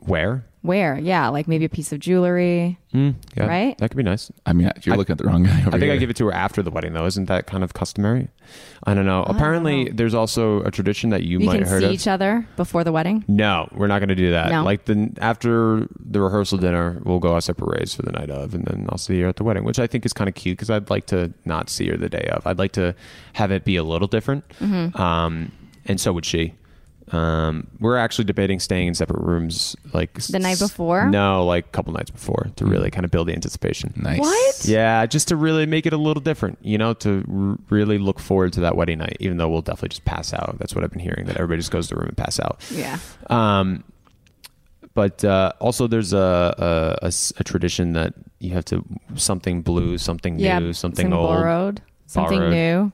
where?
Where? Yeah, like maybe a piece of jewelry.
Mm, yeah,
Right?
That could be nice.
I mean, you're looking at the wrong guy over
I think I
here.
give it to her after the wedding, though. Isn't that kind of customary? I don't know. Apparently, there's also a tradition that you,
You,
might
can
have heard
see
of.
each other before the wedding.
No, we're not going to do that.
No?
Like the after the rehearsal dinner, we'll go our separate ways for the night of, and then I'll see her at the wedding, which I think is kind of cute because I'd like to not see her the day of. I'd like to have it be a little different,
Mm-hmm.
Mhm.
um, and so would she. Um, we're actually debating staying in separate rooms, like
The
s-
night before?
No, like a couple nights before to really kind of build the anticipation.
Nice.
What?
Yeah, just to really make it a little different, you know, to r- really look forward to that wedding night, even though we'll definitely just pass out. That's what I've been hearing that everybody just goes to the room and pass out.
Yeah.
Um, but uh, also, there's a, a- a s- a tradition that you have to something blue, something
yeah.
new, something old,
borrowed. Something
borrowed.
new.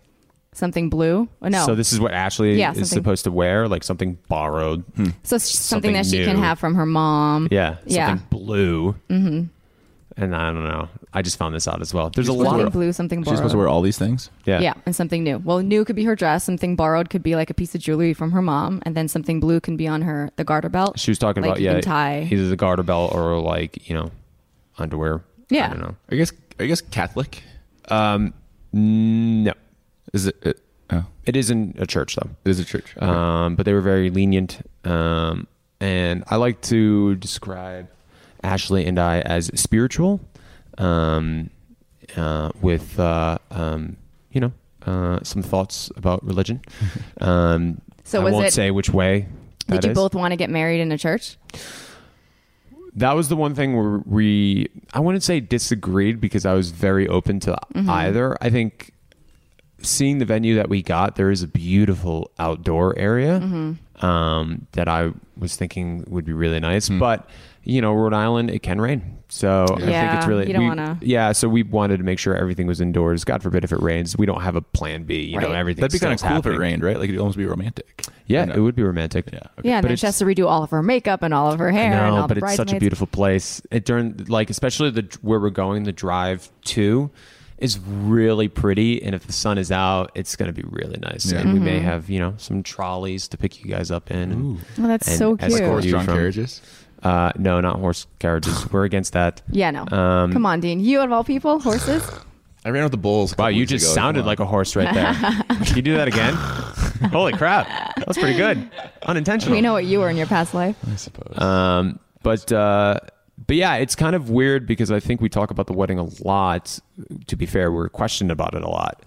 Something blue. Oh, no.
So this is what Ashley
Yeah,
is
something-
supposed to wear, like something borrowed.
Hmm.
So it's just something, that she
new.
can have from her mom.
Yeah.
Yeah.
Something blue.
Mm-hmm.
And I don't know. I just found this out as well. There's a
Something
lot of
blue, something
She's supposed to wear all these things.
Yeah.
Yeah. and something new. Well, new could be her dress. Something borrowed could be like a piece of jewelry from her mom, and then something blue can be on her the garter belt.
She was talking
Like,
about
you
yeah,
can tie.
either the garter belt or like you know, underwear.
Yeah.
I don't know.
Are you guys are you guys Catholic?
Um, no.
Is it? it oh.
It isn't a church though.
It is a church.
Um, but they were very lenient. Um, and I like to describe Ashley and I as spiritual, um, uh, with uh, um, you know, uh, some thoughts about religion. um,
So
I
was
won't
it-
say which way. that
Did you
is.
both want to get married in a church?
That was the one thing where we, I wouldn't say disagreed because I was very open to
Mhm.
either. I think seeing the venue that we got, there is a beautiful outdoor area
Mm-hmm.
Mhm.
um, that I was thinking would be really nice.
Hmm.
But, you know, Rhode Island, it can rain. So I think
Yeah,
it's really,
you don't
we-
wanna-
yeah. So we wanted to make sure everything was indoors. God forbid if it rains, we don't have a plan B, you know,
Right.
everything.
That'd be kinda
still
cool
is
if it
happening.
rained, right? Like it'd almost be romantic.
Yeah, it would be romantic. Yeah.
Yeah, and
but
then
it's
she has to redo all of her makeup and all of her hair
I
and
know,
all
but
the
it's such a
bridesmaids.
beautiful place. It during like especially the where we're going, the drive to is really pretty, and if the sun is out, it's going to be really nice.
Yeah.
And we may
Mm-hmm.
Mhm.
have you know some trolleys to pick you guys up in.
Ooh.
And,
Oh, that's
and
so
escort
cute. Like
horse-drawn
you from-
carriages?
Uh, no, not horse carriages. we're against that.
Yeah, no.
um,
Come on, Dean. You of all people, horses.
I ran with the bulls.
Wow, you just sounded like a horse right there. Can you do that again? Holy crap, that was pretty good. Unintentional.
we know what you were in your past life.
Um, but uh, but yeah, it's kind of weird because I think we talk about the wedding a lot. To be fair, we're questioned about it a lot.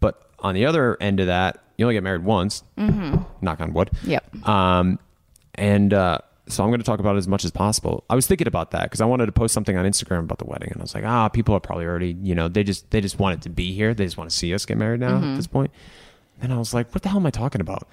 But on the other end of that, you only get married once.
Mhm.
Knock on wood.
Yep.
Um, and uh, so I'm going to talk about it as much as possible. I was thinking about that because I wanted to post something on Instagram about the wedding, and I was like, ah, people are probably already, you know, they just they just want it to be here. They just want to see us get married now
Mm-hmm.
Mhm.
at this point. And I was like, what the hell am I talking about?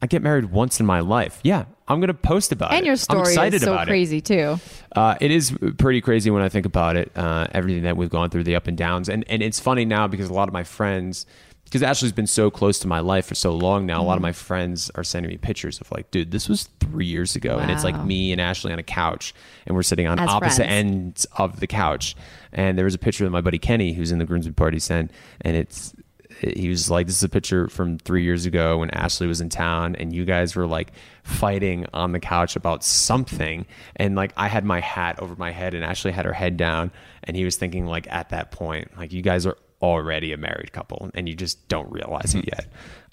I get married once in my life. Yeah, I'm going to post about it.
And your
I'm
story
excited
is so
about it.
crazy too.
Uh, it is pretty crazy when I think about it. Uh, everything that we've gone through, the up and downs, and and it's funny now because a lot of my friends because Ashley's been so close to my life for so long now. A lot of my friends are sending me pictures of like, dude, this was three years ago, and it's like
Wow.
me and Ashley on a couch, and we're sitting on
As
opposite
friends.
ends of the couch. And there was a picture that my buddy Kenny, who's in the groomsmen party, sent, and it's he was like, "This is a picture from three years ago when Ashley was in town, and you guys were like fighting on the couch about something, and like I had my hat over my head, and Ashley had her head down, and he was thinking like at that point, like you guys are." already a married couple and you just don't realize it
Mm-hmm.
yet.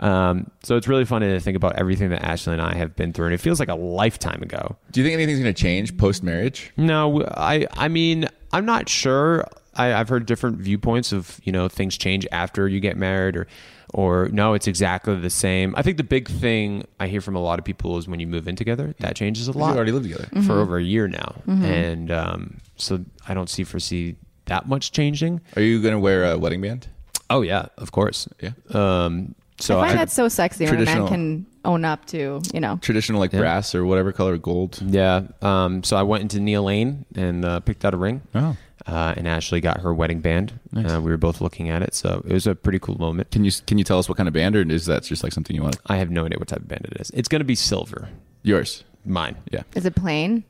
Um, so it's really funny to think about everything that Ashley and I have been through and it feels like a lifetime ago.
Do you think anything's going to change post marriage?
No, I I mean, I'm not sure. I, I've heard different viewpoints of, you know, things change after you get married or or no, it's exactly the same. I think the big thing I hear from a lot of people is when you move in together, that changes a
You
lot.
already live together.
for
Mhm.
over a year now.
Mhm.
Mm-hmm.
And um, so I don't see foresee that much changing.
Are you going to wear a wedding band?
Oh yeah, of course.
Yeah.
Um, so
I find that so sexy when a man
Traditional-
can own up to, you know.
traditional like brass or whatever color gold.
Yeah. Um, so I went into Neil Lane and uh, picked out a ring.
Oh.
Uh, and Ashley got her wedding band.
Nice.
Uh, we were both looking at it, so it was a pretty cool moment.
Can you can you tell us what kind of band, or is that just like something you want?
I have no idea what type of band it is. It's going to be silver.
Yours,
mine.
Yeah,
Is it plain?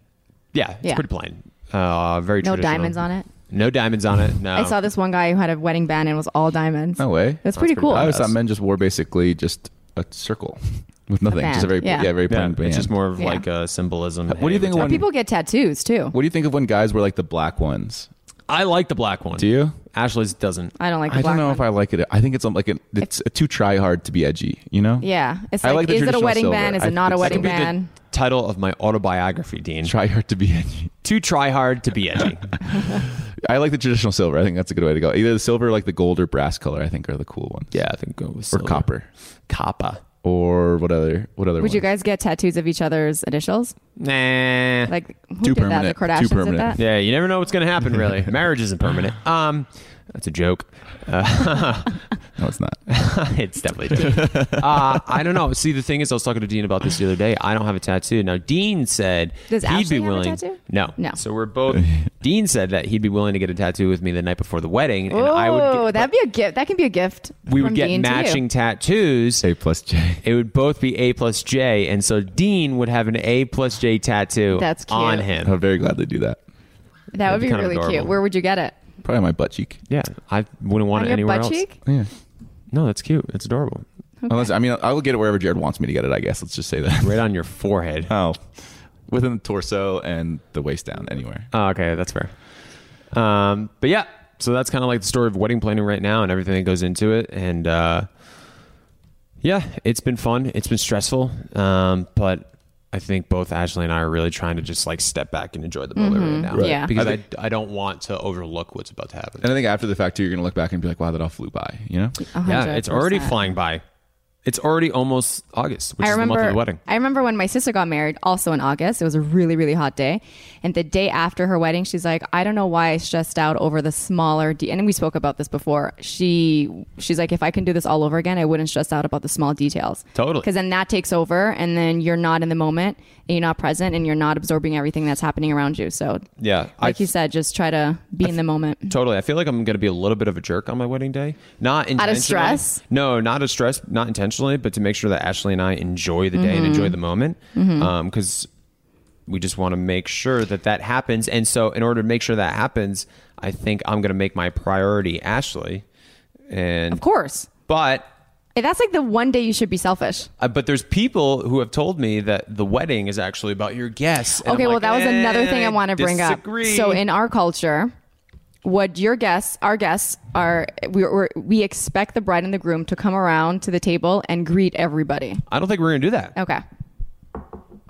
yeah. It's
Yeah.
pretty plain. Uh, very
No
traditional.
diamonds on it?
No diamonds on it. No.
I saw this one guy who had a wedding band and it was all diamonds.
No way.
That's pretty cool.
I always thought men just wore basically just a circle with nothing, just a
band,
very
yeah.
yeah, very plain
Yeah,
band.
It's just more of
Yeah.
like a symbolism.
What do you think of
Or
when?
people get tattoos too.
what do you think of when guys wear like the black ones?
I like the black one. Do
you?
Ashley's doesn't.
I don't like the
I
black
don't know
one.
if I like it. I think it's um, like an, it's too try hard to be edgy. You know?
Yeah. It's
I
like,
like the
is it a
traditional
wedding
silver.
band? Is
I
it not a
think
wedding
so.
band?
Title of my autobiography, Dean.
Try hard to be edgy.
To try hard to be edgy.
I like the traditional silver. I think that's a good way to go. Either the silver, like the gold or brass color, I think are the cool ones.
Yeah, I think go with
or copper,
copper,
or what other what other
Would you guys get tattoos of each other's initials?
Nah.
Like who did that? The Kardashians did that.
Yeah, you never know what's going to happen. Really, marriage isn't permanent. Um, that's a joke. Uh,
no, it's not.
it's definitely. A joke. Uh, I don't know. See, the thing is, I was talking to Dean about this the other day. I don't have a tattoo. Now, Dean said
Does
he'd
Ashley
be
have a
willing.
tattoo?
No,
No.
So we're both. Dean said that he'd be willing to get a tattoo with me the night before the wedding, and I would.
Oh, that'd be a gift. That can be a gift.
we would
from
get
Dean to you.
matching tattoos. A
plus J.
It would both be A plus J, and so Dean would have an A plus J tattoo
That's cute.
on him.
I'm very glad they do that.
That would
That'd be
be
kind of
really cute.
adorable.
Where would you get it?
Probably my butt cheek.
Yeah, I wouldn't want
On
it
your
anywhere
butt
else.
cheek?
Yeah.
No, that's cute. It's adorable.
Unless I mean, I will get it wherever Jared wants me to get it. I guess let's just say that.
Right on your forehead.
Oh, within the torso Oh, and the waist down, anywhere.
Oh, okay, that's fair. Um, but yeah, so that's kind of like the story of wedding planning right now and everything that goes into it. And uh, yeah, it's been fun. It's been stressful, um, but I think both Ashley and I are really trying to just like step back and enjoy the moment
Mhm,
right now.
Right. yeah.
because
I
I,
think-
I don't want to overlook what's about to happen.
And I think after the fact, too, you're gonna look back and be like, "Wow, that all flew by," you know?
Yeah, it's already
100%.
flying by. It's already almost August, which
I
is the
remember.
month of the wedding.
I remember when my sister got married, also in August. It was a really, really hot day, and the day after her wedding, she's like, "I don't know why I stressed out over the smaller." De-. And we spoke about this before. She, she's like, "If I can do this all over again, I wouldn't stress out about the small details."
Totally.
Because then that takes over, and then you're not in the moment, and you're not present, and you're not absorbing everything that's happening around you. So,
Yeah,
like you said, just try to be in the moment.
Totally. I feel like I'm going to be a little bit of a jerk on my wedding day. Not intentionally.
stress?
No, not a stress, not intentionally, but to make sure that Ashley and I enjoy the day and
Mm-hmm.
Mhm.
enjoy the moment. Because
Mhm.
we just want to make sure that that happens. And so, in order to make sure that happens, I think I'm going to make my priority Ashley. And of
course.
But
Eh, That's like the one day you should be selfish.
uh, but there's people who have told me that the wedding is actually about your guests. And
okay,
I'm
well,
like,
that was
eh,
another thing I want to bring
disagree.
up. So, in our culture, what your guests, our guests, are we we're, we expect the bride and the groom to come around to the table and greet everybody.
I don't think we're going to do that.
Okay,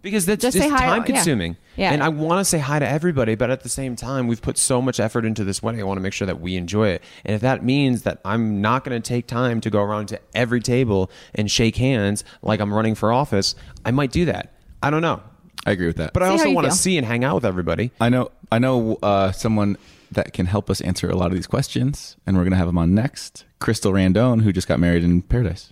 because that's
Just
just,
say hi-
time
yeah.
consuming.
Yeah.
And I want to say hi to everybody, but at the same time, we've put so much effort into this wedding. I want to make sure that we enjoy it. And if that means that I'm not going to take time to go around to every table and shake hands like I'm running for office, I might do that. I don't know.
I agree with that.
But I
See how
also
you
want to
feel.
see and hang out with everybody.
I know. I know uh, someone that can help us answer a lot of these questions, and we're gonna have him on next. Crystal Randone, who just got married in Paradise.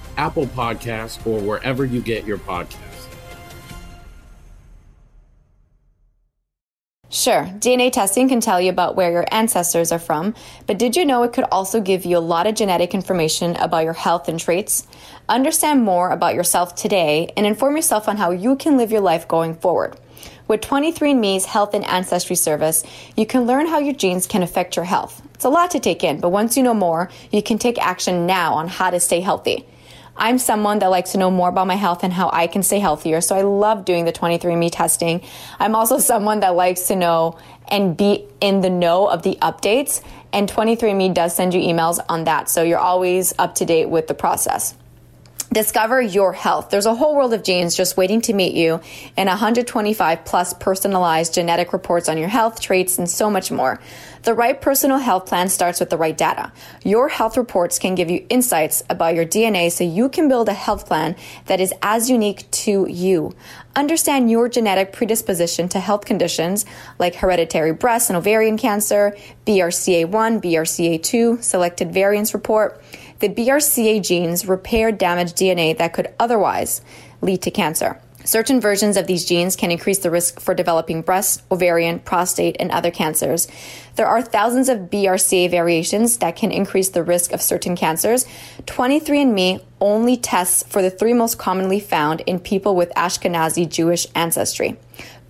Apple Podcasts, or wherever you get your podcasts.
Sure, DNA testing can tell you about where your ancestors are from, but did you know it could also give you a lot of genetic information about your health and traits? Understand more about yourself today and inform yourself on how you can live your life going forward. With 23andMe's Health and Ancestry Service, you can learn how your genes can affect your health. It's a lot to take in, but once you know more, you can take action now on how to stay healthy. I'm someone that likes to know more about my health and how I can stay healthier. So I love doing the 23andMe testing. I'm also someone that likes to know and be in the know of the updates. And 23andMe does send you emails on that. So you're always up to date with the process. Discover your health. There's a whole world of genes just waiting to meet you and 125 plus personalized genetic reports on your health, traits, and so much more. The right personal health plan starts with the right data. Your health reports can give you insights about your DNA so you can build a health plan that is as unique to you. Understand your genetic predisposition to health conditions like hereditary breast and ovarian cancer, BRCA1, BRCA2, selected variants report, the BRCA genes repair damaged DNA that could otherwise lead to cancer. Certain versions of these genes can increase the risk for developing breast, ovarian, prostate, and other cancers. There are thousands of BRCA variations that can increase the risk of certain cancers. 23andMe only tests for the three most commonly found in people with Ashkenazi Jewish ancestry.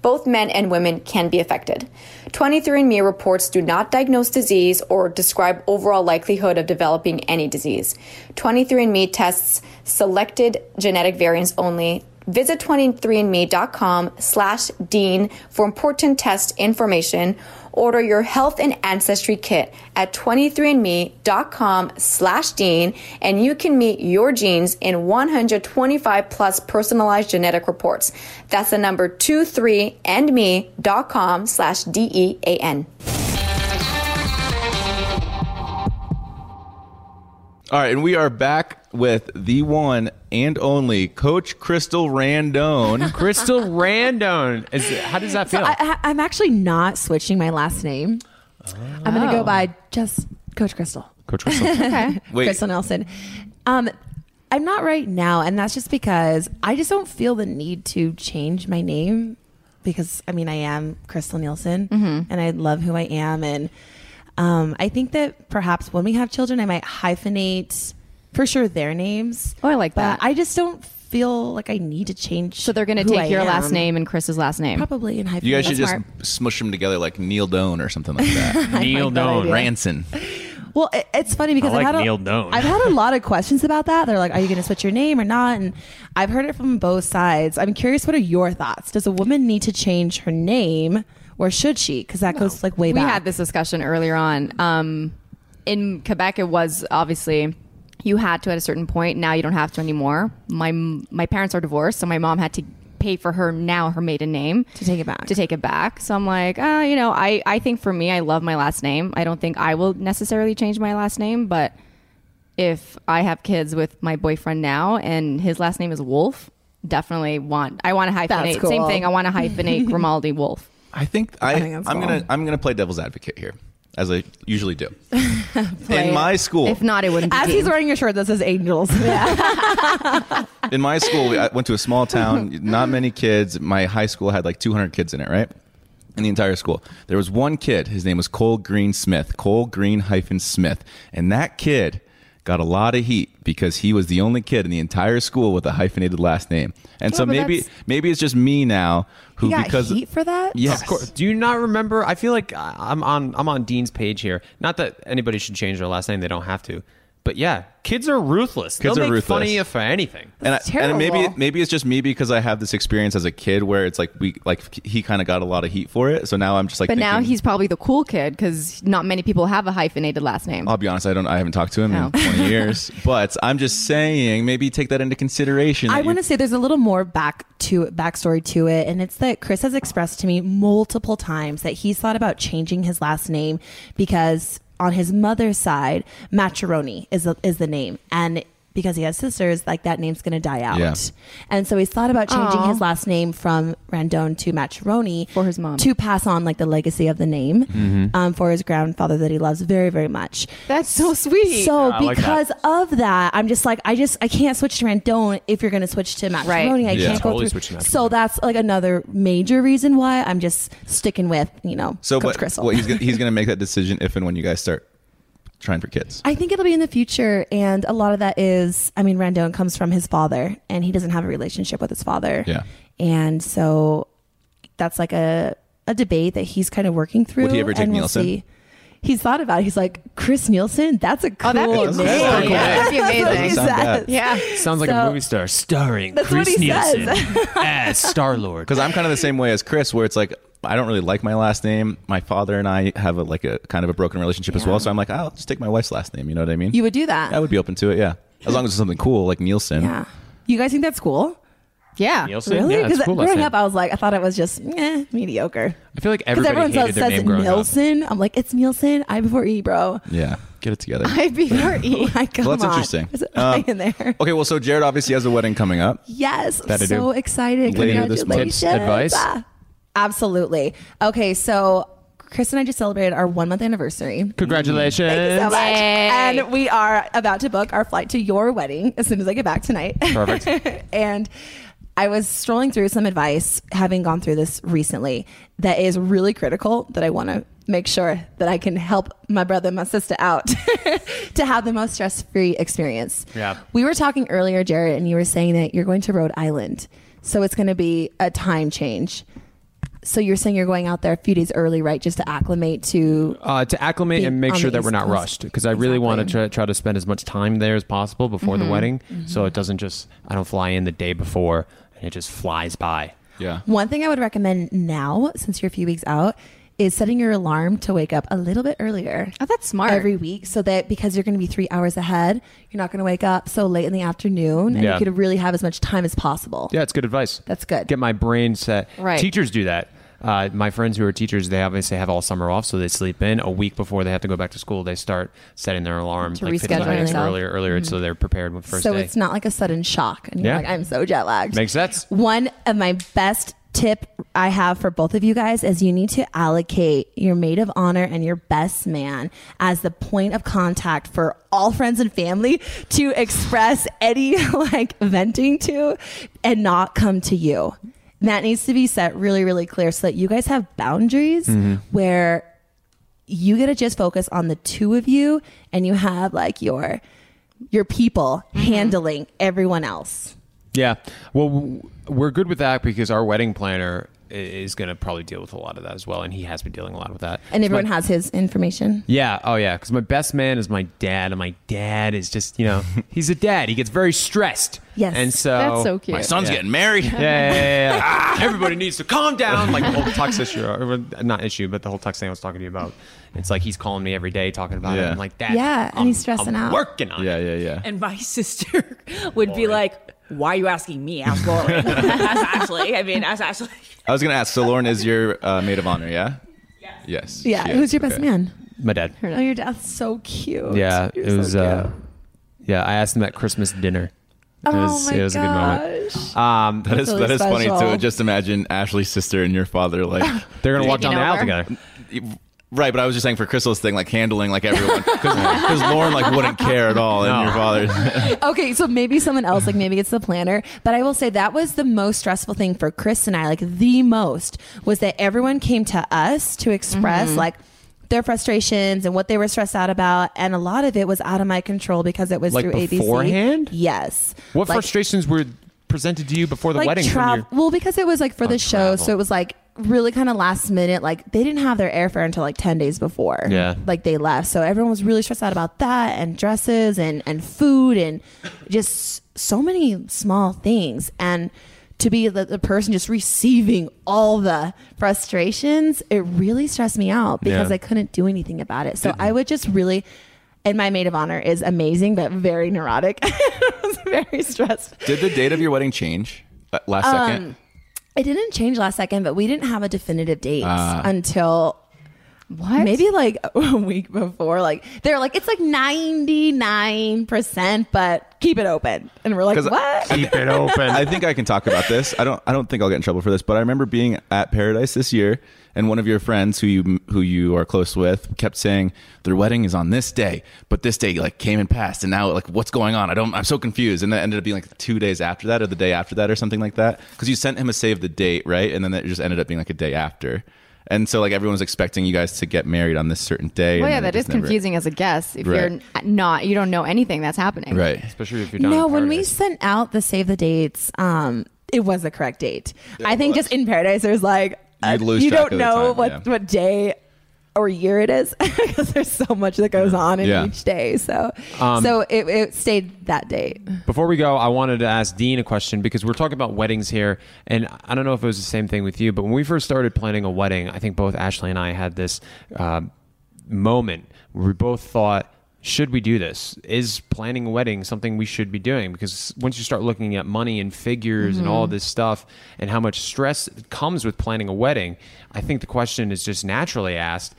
Both men and women can be affected. 23andMe reports do not diagnose disease or describe overall likelihood of developing any disease. 23andMe tests selected genetic variants only. Visit 23andme.com slash dean for important test information. Order your health and ancestry kit at 23andme.com slash dean and you can meet your genes in 125 plus personalized genetic reports. That's the number 23andme.com slash E D-E-A-N.
All right, and we are back with the one and only Coach Crystal Randone.
Crystal Randone. Is, how does that
So
feel?
I, I, I'm actually not switching my last name. I'm going to
Oh.
go by just Coach Crystal.
Coach
okay.
Wait.
Crystal Nelson. Um, I'm not right now, and that's just because I just don't feel the need to change my
Mm-hmm.
name because I mean I am Crystal Nielsen, and I love who I am, and
Um, I think that perhaps when we have children, I might hyphenate for sure their names.
Oh, I like
that. I just don't feel like I need to change. So they're going
gonna take your last name and Chris's last name.
Probably in hyphenate.
You guys should
That's
just
smart.
smush them together like Neil Doan or something like that. Neil
Doan. idea.
Ranson.
Well, it, it's funny because
I like
have had
Neil
a,
Doan.
have had a lot of questions about that. They're like, "Are you going to switch your name or not?" And I've heard it from both sides. I'm curious, what are your thoughts? Does a woman need to change her name, or should she? Because that goes like way
we
back.
had this discussion earlier on. Um, in Quebec, it was obviously you had to at a certain point. Now you don't have to anymore. My my parents are divorced, so my mom had to pay for her now her maiden name
to take it back.
To take it back. So I'm like, uh, you know, I I think for me, I love my last name. I don't think I will necessarily change my last name, but if I have kids with my boyfriend now and his last name is Wolf, definitely want I want to
That's
hyphenate.
cool.
Same thing. I want to hyphenate Grimaldi Wolf.
I think I,
I
I
think that's
am
cool.
gonna I'm gonna play devil's advocate here, as I usually do.
Play
in my school,
If not, it wouldn't. As he's wearing a shirt that says "Angels."
in my school, we- I went to a small town, not many kids. My high school had like 200 kids in it, right? In the entire school. There was one kid, his name was Cole Green Smith, Cole Green hyphen Smith. And that kid got a lot of heat because he was the only kid in the entire school with a hyphenated last name. And
Oh,
so
but
maybe
that's-
maybe it's just me now who because
for that?
Yes.
Of course. Do you not remember? I feel like I- I'm on I'm on Dean's page here. Not that anybody should change their last name; they don't have to. But yeah, kids are ruthless.
Kids
They'll
are
make
ruthless.
fun of you for anything.
and, I, and maybe maybe it's just me because I have this experience as a kid where it's like we like he kind of got a lot of heat for it, so now I'm just like.
but now
thinking-
he's probably the cool kid because not many people have a hyphenated last name.
I'll be honest. I don't. I haven't talked to him
Oh.
in 20 years. But I'm just saying, maybe take that into consideration.
I
that you-
want to say there's a little more back to backstory to it, and it's that Chris has expressed to me multiple times that he's thought about changing his last name because on his mother's side, Macaroni is the, is the name, and because he has sisters, like that name's going to die out,
Yeah.
and so he's thought about changing
Aw.
his last name from Randone to Macaroni for his
mom
to pass on like the legacy of the name
Mm-hmm.
Mhm.
um, for his grandfather that he loves very very much.
That's so sweet.
So
Yeah, I like that.
because of that, I'm just like, I just I can't switch to Randone if you're going to switch to macaroni. I
Yeah.
can't
Totally
go
switch to
through.
macaroni.
So that's like another major reason why I'm just sticking with you know
So,
Coach
but
Crystal.
well, he's gonna, he's going to make that decision if and when you guys start trying for kids.
I think it'll be in the future, and a lot of that is, I mean, Randone comes from his father, and he doesn't have a relationship with his father.
Yeah.
and so that's like a a debate that he's kind of working through.
Would he ever take
and we'll
Nielsen?
see. He's thought about. it. He's like Chris Nielsen. That's a cool
Oh, that'd be
name.
amazing. That's a cool Yeah, name. that'd be
That's what he
amazing. Doesn't
says.
sound bad. Yeah.
Sounds like
So-
a movie star starring
That's what
Chris
he says.
Nielsen as Star Lord.
Because I'm kind of the same way as Chris, where it's like I don't really like my last name. My father and I have a, like a kind of a broken relationship as well. So I'm like, I'll just take my wife's last name. You know what I mean?
You would do that.
I would be open to it. Yeah, as long as it's something cool like Nielsen.
Yeah. You guys think that's cool?
Yeah.
Nielsen?
Really?
Yeah, that's
Because
cool, I
growing
think.
up, I was like, I thought it was just eh, mediocre.
I feel like
'Cause
everybody
everyone
hated
else
their
says
name growing up.
Nielsen. I'm like, it's Nielsen. I before E, bro.
Yeah, get it together.
E. oh my god.
well, that's interesting.
There's a
Um,
I in there.
okay, well, so Jared obviously has a wedding coming up.
Yes.
That I
I'm so
do.
excited.
Later this month.
Congratulations.
Tips, advice?
Ah, Absolutely. Okay, so Chris and I just celebrated our one month anniversary.
Congratulations.
Thank you so much. And we are about to book our flight to your wedding as soon as I get back tonight.
Perfect.
and I was strolling through some advice, having gone through this recently, that is really critical that I want to make sure that I can help my brother and my sister out to have the most stress free experience.
Yeah.
We were talking earlier, Jared, and you were saying that you're going to Rhode Island. So it's going to be a time change. So you're saying you're going out there a few days early, right? Just to acclimate to
uh, to acclimate
Be
and make
on
sure
the
that we're
East
not
Coast.
rushed because I really want to try, try to spend as much time there as possible before
Mhm.
the wedding,
Mhm.
so it doesn't just I don't fly in the day before and it just flies by.
Yeah.
One thing I would recommend now, since you're a few weeks out, is setting your alarm to wake up a little bit earlier.
Oh, that's smart.
Every week, so that because you're going to be three hours ahead, you're not going to wake up so late in the afternoon, and
Yeah.
you could really have as much time as possible.
Yeah, it's good advice.
That's good.
Get my brain set.
Right.
Teachers do that. Uh, my friends who are teachers, they obviously have all summer off, so they sleep in. A week before they have to go back to school, they start setting their alarm
To
like 15
reschedule
minutes
yourself.
earlier, earlier,
Mhm.
so they're prepared with first
so
day.
it's not like a sudden shock, and you're
Yeah.
like, "I'm so jet lagged."
Makes sense.
One of my best tip I have for both of you guys is you need to allocate your maid of honor and your best man as the point of contact for all friends and family to express any like venting to and not come to you.
Mm-hmm.
That needs to be set really, really clear so that you guys have boundaries
Mhm.
where you get to just focus on the two of you and you have like your your people handling everyone else.
Yeah. Well, w- we're good with that because our wedding planner i- is going to probably deal with a lot of that as well, and he has been dealing a lot with that.
And
So my-
everyone has his information.
Yeah. Oh, yeah. Because my best man is my dad, and my dad is just you know he's a dad. He gets very stressed.
Yes.
And so
That's so cute.
My son's getting married.
Yeah. yeah, yeah, yeah. Ah, Everybody needs to calm down. Like the whole tux issue, or not issue, but the whole tux thing I was talking to you about. It's like he's calling me every day talking about it.
Yeah.
I'm like that.
Yeah, and he's stressing out.
Working on
yeah, it. Yeah. Yeah.
And my sister would be like, "Why are you asking me? Ask Lauren." ask Ashley. I mean, ask Ashley.
I was going to ask. So Lauren is your uh, maid of honor, yeah? Yes. Yes.
Yeah.
she
Who's
is.
your best
Okay.
man?
My dad.
Oh, your dad's so cute.
Yeah,
You're
it
so
was.
cute.
uh, yeah, I asked him at Christmas dinner.
Oh
it was,
my
it was a good moment. Um,
That is
That's
that
really
is funny
special.
too. Just imagine Ashley's sister and your father like
They're gonna walk down the aisle Taking
together. Right, but I was just saying for Crystal's thing, like handling like everyone, because Lauren like wouldn't care at all, and your father.
okay, so maybe someone else, like maybe it's the planner, but I will say that was the most stressful thing for Chris and I, like the most, was that everyone came to us to express
Mhm.
like their frustrations and what they were stressed out about, and a lot of it was out of my control because it was
Like
through ABC.
beforehand?
yes.
What
Like-
frustrations were presented to you before the
like
wedding? from
trav-
your-
well, because it was like for the show,
travel.
so it was like really kind of last minute. Like they didn't have their airfare until like ten days before.
Yeah.
like they left, so everyone was really stressed out about that and dresses and and food and just so many small things and. To be the, the person just receiving all the frustrations, it really stressed me out because
Yeah.
I couldn't do anything about it. So I would just really, and my maid of honor is amazing, but very neurotic. I was very stressed
Did the date of your wedding change uh, last
Um,
second?
it didn't change last second, but we didn't have a definitive date
Ah.
until what? Maybe like a week before. Like they're like it's like ninety nine percent, but keep it open. And we're like, what?
Keep it open. I think I can talk about this. I don't. I don't think I'll get in trouble for this, but I remember being at Paradise this year, and one of your friends who you who you are close with kept saying their wedding is on this day, but this day like came and passed, and now like what's going on? I don't. I'm so confused. And that ended up being like two days after that, or the day after that, or something like that, because you sent him a save the date, right? And then it just ended up being like a day after. And so like everyone was expecting you guys to get married on this certain day.
well,
and
yeah,
then it
that is
just never-
confusing as a guest if
Right.
you're n- not, you don't know anything that's happening.
Right. Especially if you're
no, when we sent out the save the dates, um, it was the correct date. I think just in paradise, there's like uh,
You'd lose
you
track
don't
of the
know
time,
what
yeah.
what day or year it is because there's so much that goes on in
Yeah.
each day. So
Um,
so it, it stayed that date.
Before we go, I wanted to ask Dean a question because we're talking about weddings here, and I don't know if it was the same thing with you, but when we first started planning a wedding, I think both Ashley and I had this uh, moment where we both thought, should we do this? Is planning a wedding something we should be doing? Because once you start looking at money and figures and
Mhm.
all this stuff and how much stress comes with planning a wedding, I think the question is just naturally asked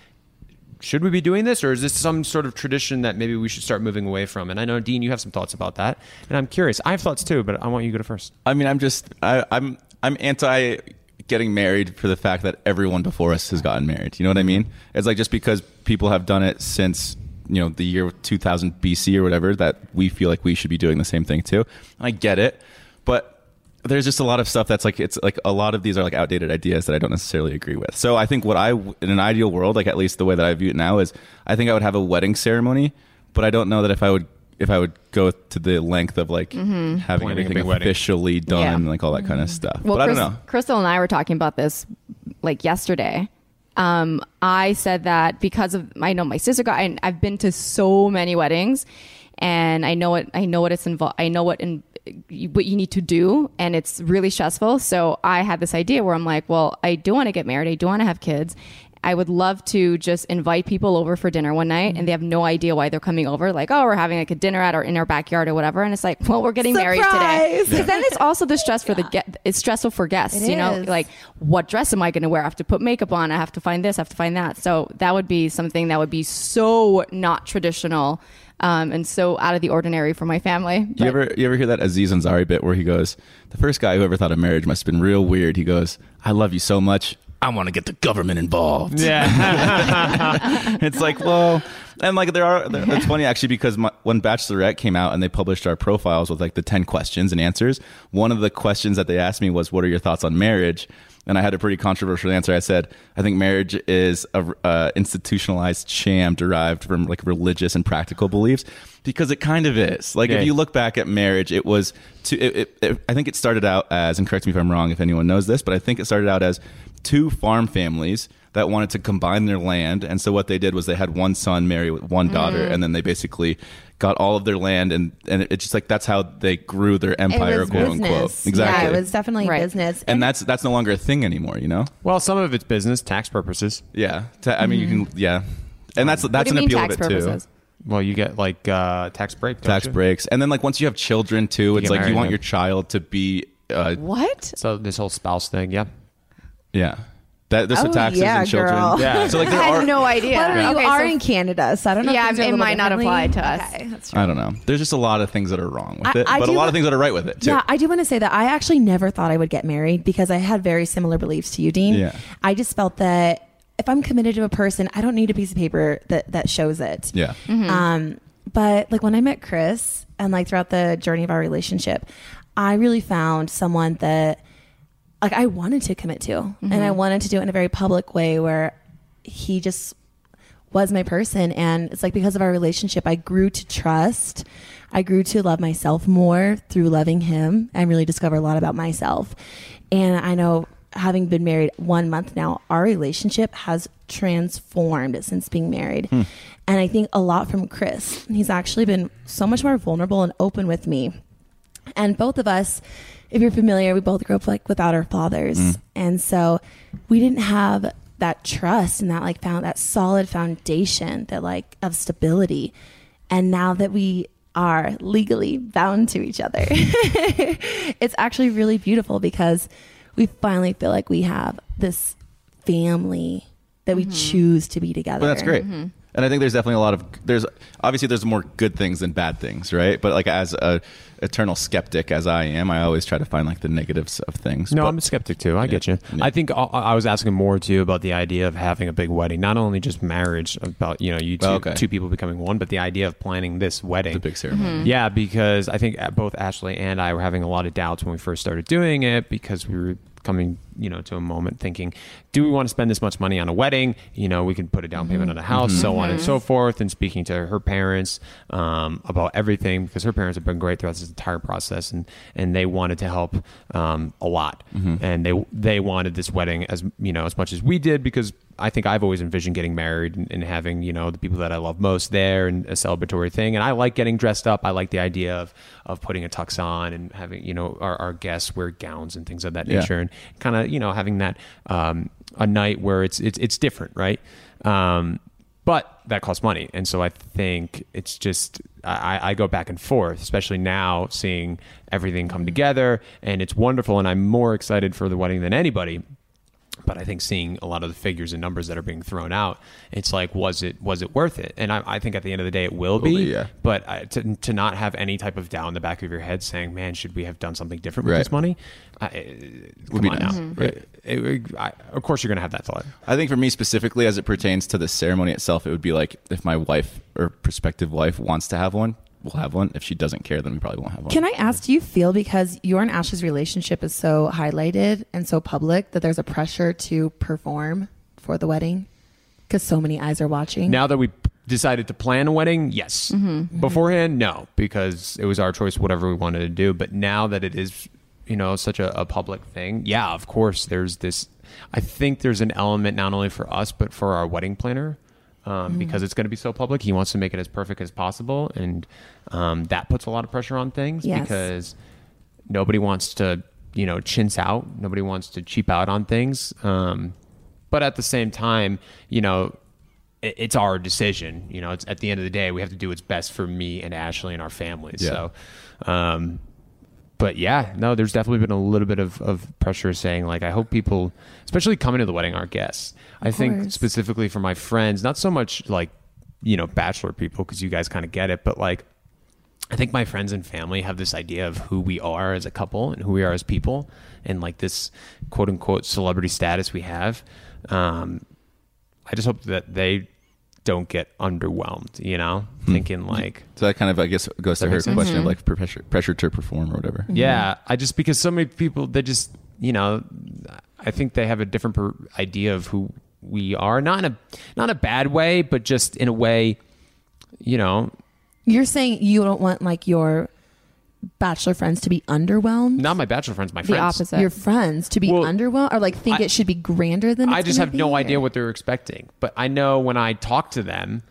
should we be doing this or is this some sort of tradition that maybe we should start moving away from and i know dean you have some thoughts about that and i'm curious i have thoughts too but i want you to go first
I mean, I'm just I, I'm I'm anti getting married for the fact that everyone before us has gotten married. You know what I mean? It's like just because people have done it since you know the year 2000 BC or whatever that we feel like we should be doing the same thing too. And I get it, but there's just a lot of stuff that's like it's like a lot of these are like outdated ideas that I don't necessarily agree with. So I think what I w- in an ideal world, like at least the way that I view it now, is I think I would have a wedding ceremony, but I don't know that if I would if I would go to the length of like
Mhm.
having
Planning a
everything
big wedding.
officially done,
Yeah.
and like all that kind of stuff.
Well,
but I
Chris,
don't know.
Crystal and I were talking about this like yesterday. Um, I said that because of I know my sister got and I've been to so many weddings, and I know what I know what it's involved. I know what in what you need to do, and it's really stressful. So I had this idea where I'm like, well, I do want to get married. I do want to have kids. I would love to just invite people over for dinner one night and they have no idea why they're coming over. Like, oh, we're having like a dinner at our in our backyard or whatever. And it's like, well, we're getting married today.
Surprise!
Because then it's also the stress for the get it's stressful for guests.
It
you know,
is.
like what dress am I gonna wear? I have to put makeup on, I have to find this, I have to find that. So that would be something that would be so not traditional um, and so out of the ordinary for my family.
You ever you ever hear that Aziz Ansari bit where he goes, "The first guy who ever thought of marriage must have been real weird." He goes, "I love you so much, I want to get the government involved." Yeah, it's like, well, and like there are. There, it's funny actually because my, when Bachelorette came out and they published our profiles with like the ten questions and answers, one of the questions that they asked me was, "What are your thoughts on marriage?" and I had a pretty controversial answer. I said, I think marriage is a uh, institutionalized sham derived from like religious and practical beliefs because it kind of is. Like
Yeah.
if you look back at marriage, it was to. It, it, it, I think it started out as, and correct me if I'm wrong, if anyone knows this, but I think it started out as two farm families that wanted to combine their land, and so what they did was they had one son marry with one daughter,
Mm.
and then they basically got all of their land, and and it's just like that's how they grew their empire,
it was
quote
business.
unquote. Exactly.
Yeah, it was definitely business.
and that's that's no longer a thing anymore, you know.
Well, some of it's business, tax purposes.
Yeah, Ta- I mean you can, yeah, and that's that's
do
an
you mean
appeal
tax
of it
purposes?
too.
Well, you get like uh, tax break, don't
tax
you?
breaks, and then like once you have children too, it's
get
like you
married,
want
yeah.
your child to be uh,
What?
So this whole spouse thing, yeah,
yeah. That this
Oh,
taxes
yeah,
and children.
girl.
Yeah, so like there
I
are.
had no
idea.
Well, I don't know,
Okay,
you
so-
are in Canada, so I don't know.
Yeah,
if things are
it
a little
might not
differently.
apply to us.
Okay, that's
I don't know. There's just a lot of things that are wrong with
I-
it,
I
but a
do
lot
wa-
of things that are right with it too.
Yeah, I do want to say that I actually never thought I would get married because I had very similar beliefs to you, Dean.
Yeah.
I just felt that if I'm committed to a person, I don't need a piece of paper that that shows it.
Yeah.
Mhm.
Um, but like when I met Chris and like throughout the journey of our relationship, I really found someone that like I wanted to commit to and I
Mhm.
wanted to do it in a very public way where he just was my person and it's like because of our relationship I grew to trust I grew to love myself more through loving him and really discover a lot about myself and I know having been married 1 month now our relationship has transformed since being married
Hmm.
and I think a lot from Chris he's actually been so much more vulnerable and open with me and both of us if you're familiar we both grew up like without our fathers
Mm.
and so we didn't have that trust and that like found that solid foundation that like of stability and now that we are legally bound to each other it's actually really beautiful because we finally feel like we have this family that we choose to be together
But that's great.
Mm-hmm.
And I think there's definitely a lot of there's obviously there's more good things than bad things, right? But like as a eternal skeptic as I am, I always try to find like the negatives of things.
No,
But-
I'm a skeptic too. I get you. I think I, I was asking more too about the idea of having a big wedding, not only just marriage, about you know you two,
Oh, okay.
two people becoming one, but the idea of planning this wedding, the big
ceremony.
Mhm.
Yeah, because I think uh, both Ashley and I were having a lot of doubts when we first started doing it because we were coming you know to a moment thinking do we want to spend this much money on a wedding you know we can put a down payment on a house
Mhm.
so on and
Mhm.
so forth and speaking to her parents um, about everything because her parents have been great throughout this entire process and and they wanted to help um, a lot and they they wanted this wedding as you know as much as we did because I think I've always envisioned getting married and, and having you know the people that I love most there and a celebratory thing and I like getting dressed up I like the idea of of putting a tux on and having you know our, our guests wear gowns and things of that
Yeah.
nature and kind of you know having that um, a night where it's it's it's different right um, but that costs money and so i think it's just I, I go back and forth especially now seeing everything come together and it's wonderful and i'm more excited for the wedding than anybody but I think seeing a lot of the figures and numbers that are being thrown out, it's like, was it was it worth it? And I, I think at the end of the day, it will be.
be, yeah.
But I, to to not have any type of doubt in the back of your head saying, "Man, should we have done something different with
Right.
this money?" I, it
Would be nice, right.
of course, you're gonna have that thought.
I think for me specifically, as it pertains to the ceremony itself, it would be like if my wife or prospective wife wants to have one, we'll have one. If she doesn't care, then we probably won't have one.
Can I ask, do you feel because your and Ash's relationship is so highlighted and so public that there's a pressure to perform for the wedding? Because so many eyes are watching.
Now that we p- decided to plan a wedding, yes.
Mhm.
Beforehand, no, because it was our choice, whatever we wanted to do. But now that it is, you know, such a, a public thing, yeah, of course, there's this. I think there's an element not only for us, but for our wedding planner. Um,
Mm.
Because it's going to be so public, he wants to make it as perfect as possible, and um, that puts a lot of pressure on things
Yes.
because nobody wants to, you know, chintz out. Nobody wants to cheap out on things. Um, but at the same time, you know, it, it's our decision. You know, it's at the end of the day, we have to do what's best for me and Ashley and our families.
Yeah.
So, um, but yeah, no, there's definitely been a little bit of, of pressure saying like, I hope people, especially coming to the wedding, are guests. I
Of
think
course.
specifically for my friends, not so much like, you know, bachelor people, because you guys kind of get it, but like, I think my friends and family have this idea of who we are as a couple and who we are as people, and like this quote unquote celebrity status we have. Um, I just hope that they don't get underwhelmed, you know, thinking like,
Hmm. So that kind of, I guess, goes to
That
her
makes sense. Mm-hmm.
question of
Mhm.
Mm-hmm.
like pressure, pressure to perform or whatever.
yeah, I just because so many people they just you know I think they have a different per- idea of who we are, not in a not a bad way, but just in a way, you know,
You're saying you don't want like your bachelor friends to be underwhelmed.
not my bachelor friends, my
the
friends.
opposite. Your friends to be underwhelmed or like think
I-
it should be grander than.
I
it's
just
gonna
have no
be,
idea
or-
what they're expecting. But I know when I talk to them,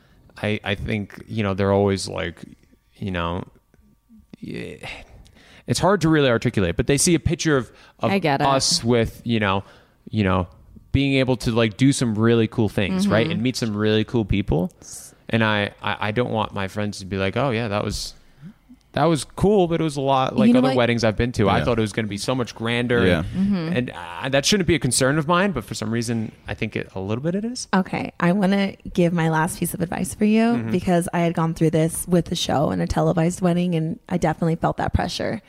I, I think, you know, they're always like, you know, yeah. it's hard to really articulate, but they see a picture of, of
I get it.
us with, you know, you know, being able to like do some really cool things, right?
Mhm.
And meet some really cool people. And I, I, I don't want my friends to be like, oh yeah, that was that was cool, but it was a lot like
know
other
what?
weddings I've been to. I
Yeah.
thought it was going to be so much grander,
Yeah.
and,
Mhm.
and uh, that shouldn't be a concern of mine. But for some reason, I think it, a little bit it is.
Okay, I want to give my last piece of advice for you
Mhm.
because I had gone through this with the show and a televised wedding, and I definitely felt that pressure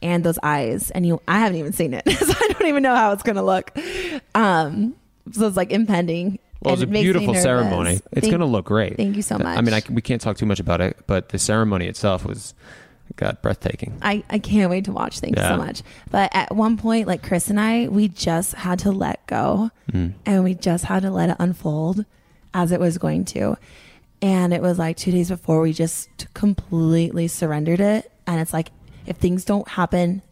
and those eyes. And you, I haven't even seen it, so I don't even know how it's going to look. Um, so it's like impending.
Well, it was a
and makes me
beautiful
nervous.
ceremony. It's
Thank-
going to look great.
Thank you so much.
I mean, I c we can't talk too much about it, but the ceremony itself was, God, breathtaking.
I, I can't wait to watch. Thank you
Yeah.
so much. But at one point, like Chris and I, we just had to let go
Mm.
and we just had to let it unfold as it was going to. And it was like two days before, we just completely surrendered it. And it's like, if things don't happen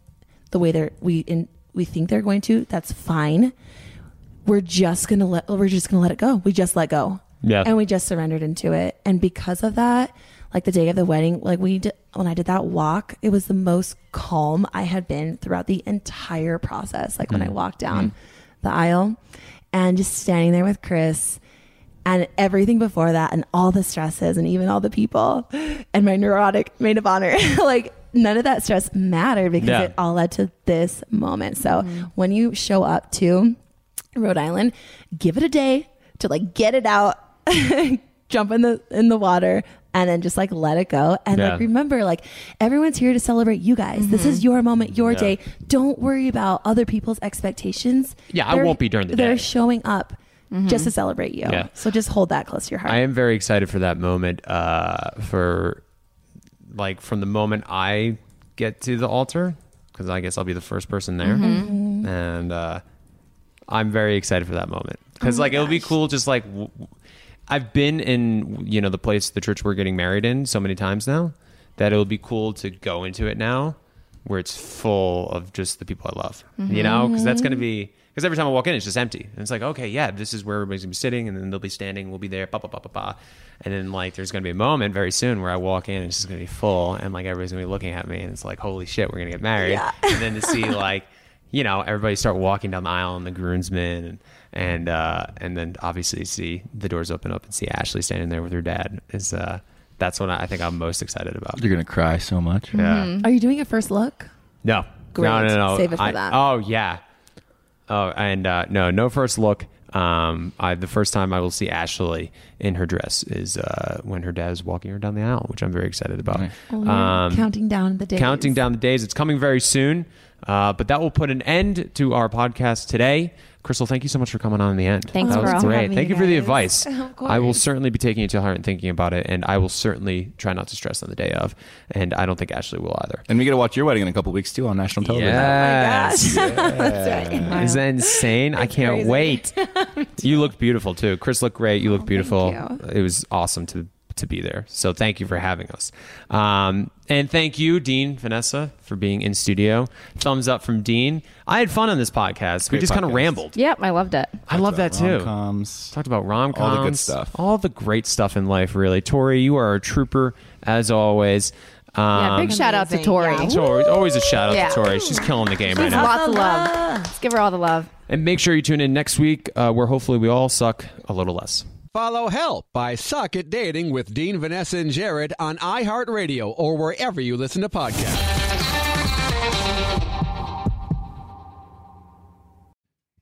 the way they're, we, in, we think they're going to, that's fine. We're just going to let, we're just going to let it go. We just let go.
Yeah.
And we just surrendered into it. And because of that, like the day of the wedding, like we did, when I did that walk, it was the most calm I had been throughout the entire process. Like when I
Mm.
walked down the aisle and just standing there with Chris and everything before that and all the stresses and even all the people and my neurotic maid of honor, like none of that stress mattered because
Yeah.
it all led to this moment. So when you show up to Rhode Island, give it a day to like get it out, jump in the in the water and then just like let it go and
Yeah.
like remember like everyone's here to celebrate you guys. This is your moment, your
Mm-hmm. Yeah.
day. Don't worry about other people's expectations.
Yeah, I won't be during the
They're
day.
showing up just to celebrate you.
Yeah.
So just hold that close to your heart.
I am very excited for that moment. Uh, for like from the moment I get to the altar, because I guess I'll be the first person there,
Mm-hmm.
Mhm.
and uh, I'm very excited for that moment because
Oh my
like it'll be cool. Just like w- w- I've been in you know the place the church we're getting married in so many times now that it'll be cool to go into it now where it's full of just the people I love. You know, because that's
Mhm.
gonna be because every time I walk in, it's just empty. And it's like, okay, yeah, this is where everybody's gonna be sitting, and then they'll be standing, we'll be there, ba ba ba ba ba. And then like there's gonna be a moment very soon where I walk in and it's just gonna be full, and like everybody's gonna be looking at me, and it's like, holy shit, we're gonna get married. And then to see like, you know, everybody start walking down the aisle and the groomsmen and and uh, and then obviously see the doors open up and see Ashley standing there with her dad is uh, that's when I I think I'm most excited about.
You're gonna cry so much.
Yeah.
Are you doing a first look?
No.
Great.
No, no, no.
Save it for
I-
that.
Oh, yeah. Oh, and uh, no, no first look. Um, I, the first time I will see Ashley in her dress is uh, when her dad is walking her down the aisle, which I'm very excited about.
Oh, yeah. counting down the days.
Um, Counting down the days. It's coming very soon. Uh, but that will put an end to our podcast today. Crystal, thank you so much for coming on in the end.
Thanks
that
for
was
having
great.
me,
Thank you for the
guys.
advice.
Of
I will certainly be taking it to heart and thinking about it, and I will certainly try not to stress on the day of. And I don't think Ashley will either.
And we get to watch your wedding in a couple weeks too on national television.
Yes.
Oh my gosh.
That's right. Is that insane? I can't
crazy.
wait. you looked beautiful too. Chris looked great.
Oh,
You looked beautiful. It was awesome to to be there. So thank you for having us. Um, and thank you, Dean Vanessa, for being in studio. Thumbs up from Dean. I had fun on this podcast. we
Great
just kind of
podcast.
rambled.
Yep, I loved it.
I love that
Talked
too.
about
Talked about rom coms,
All the good stuff.
all the great stuff in life. Really, Tori, you are a trooper as always. Um,
Yeah, big shout out to Amazing. Tori. Yeah.
Tori, always a shout out
Yeah.
to Tori. She's killing the game right
She's
now.
lots of love. Let's give her all the love.
And make sure you tune in next week, uh, where hopefully we all suck a little less.
Follow Help I Suck at Dating with Dean, Vanessa, and Jared on iHeartRadio or wherever you listen to podcasts.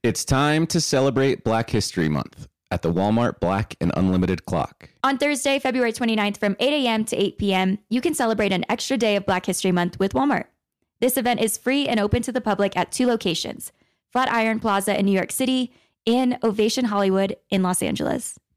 It's time to celebrate Black History Month at the Walmart Black and Unlimited Clock.
On Thursday, February 29th from 8 a.m. to 8 p.m., you can celebrate an extra day of Black History Month with Walmart. This event is free and open to the public at two locations Flatiron Plaza in New York City and Ovation Hollywood in Los Angeles.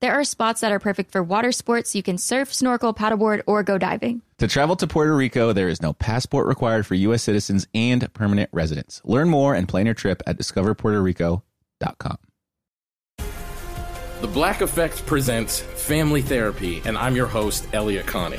There are spots that are perfect for water sports. You can surf, snorkel, paddleboard, or go diving.
To travel to Puerto Rico, there is no passport required for U.S. citizens and permanent residents. Learn more and plan your trip at discoverpuertorico.com.
The Black Effect presents Family Therapy, and I'm your host, Elia Connie.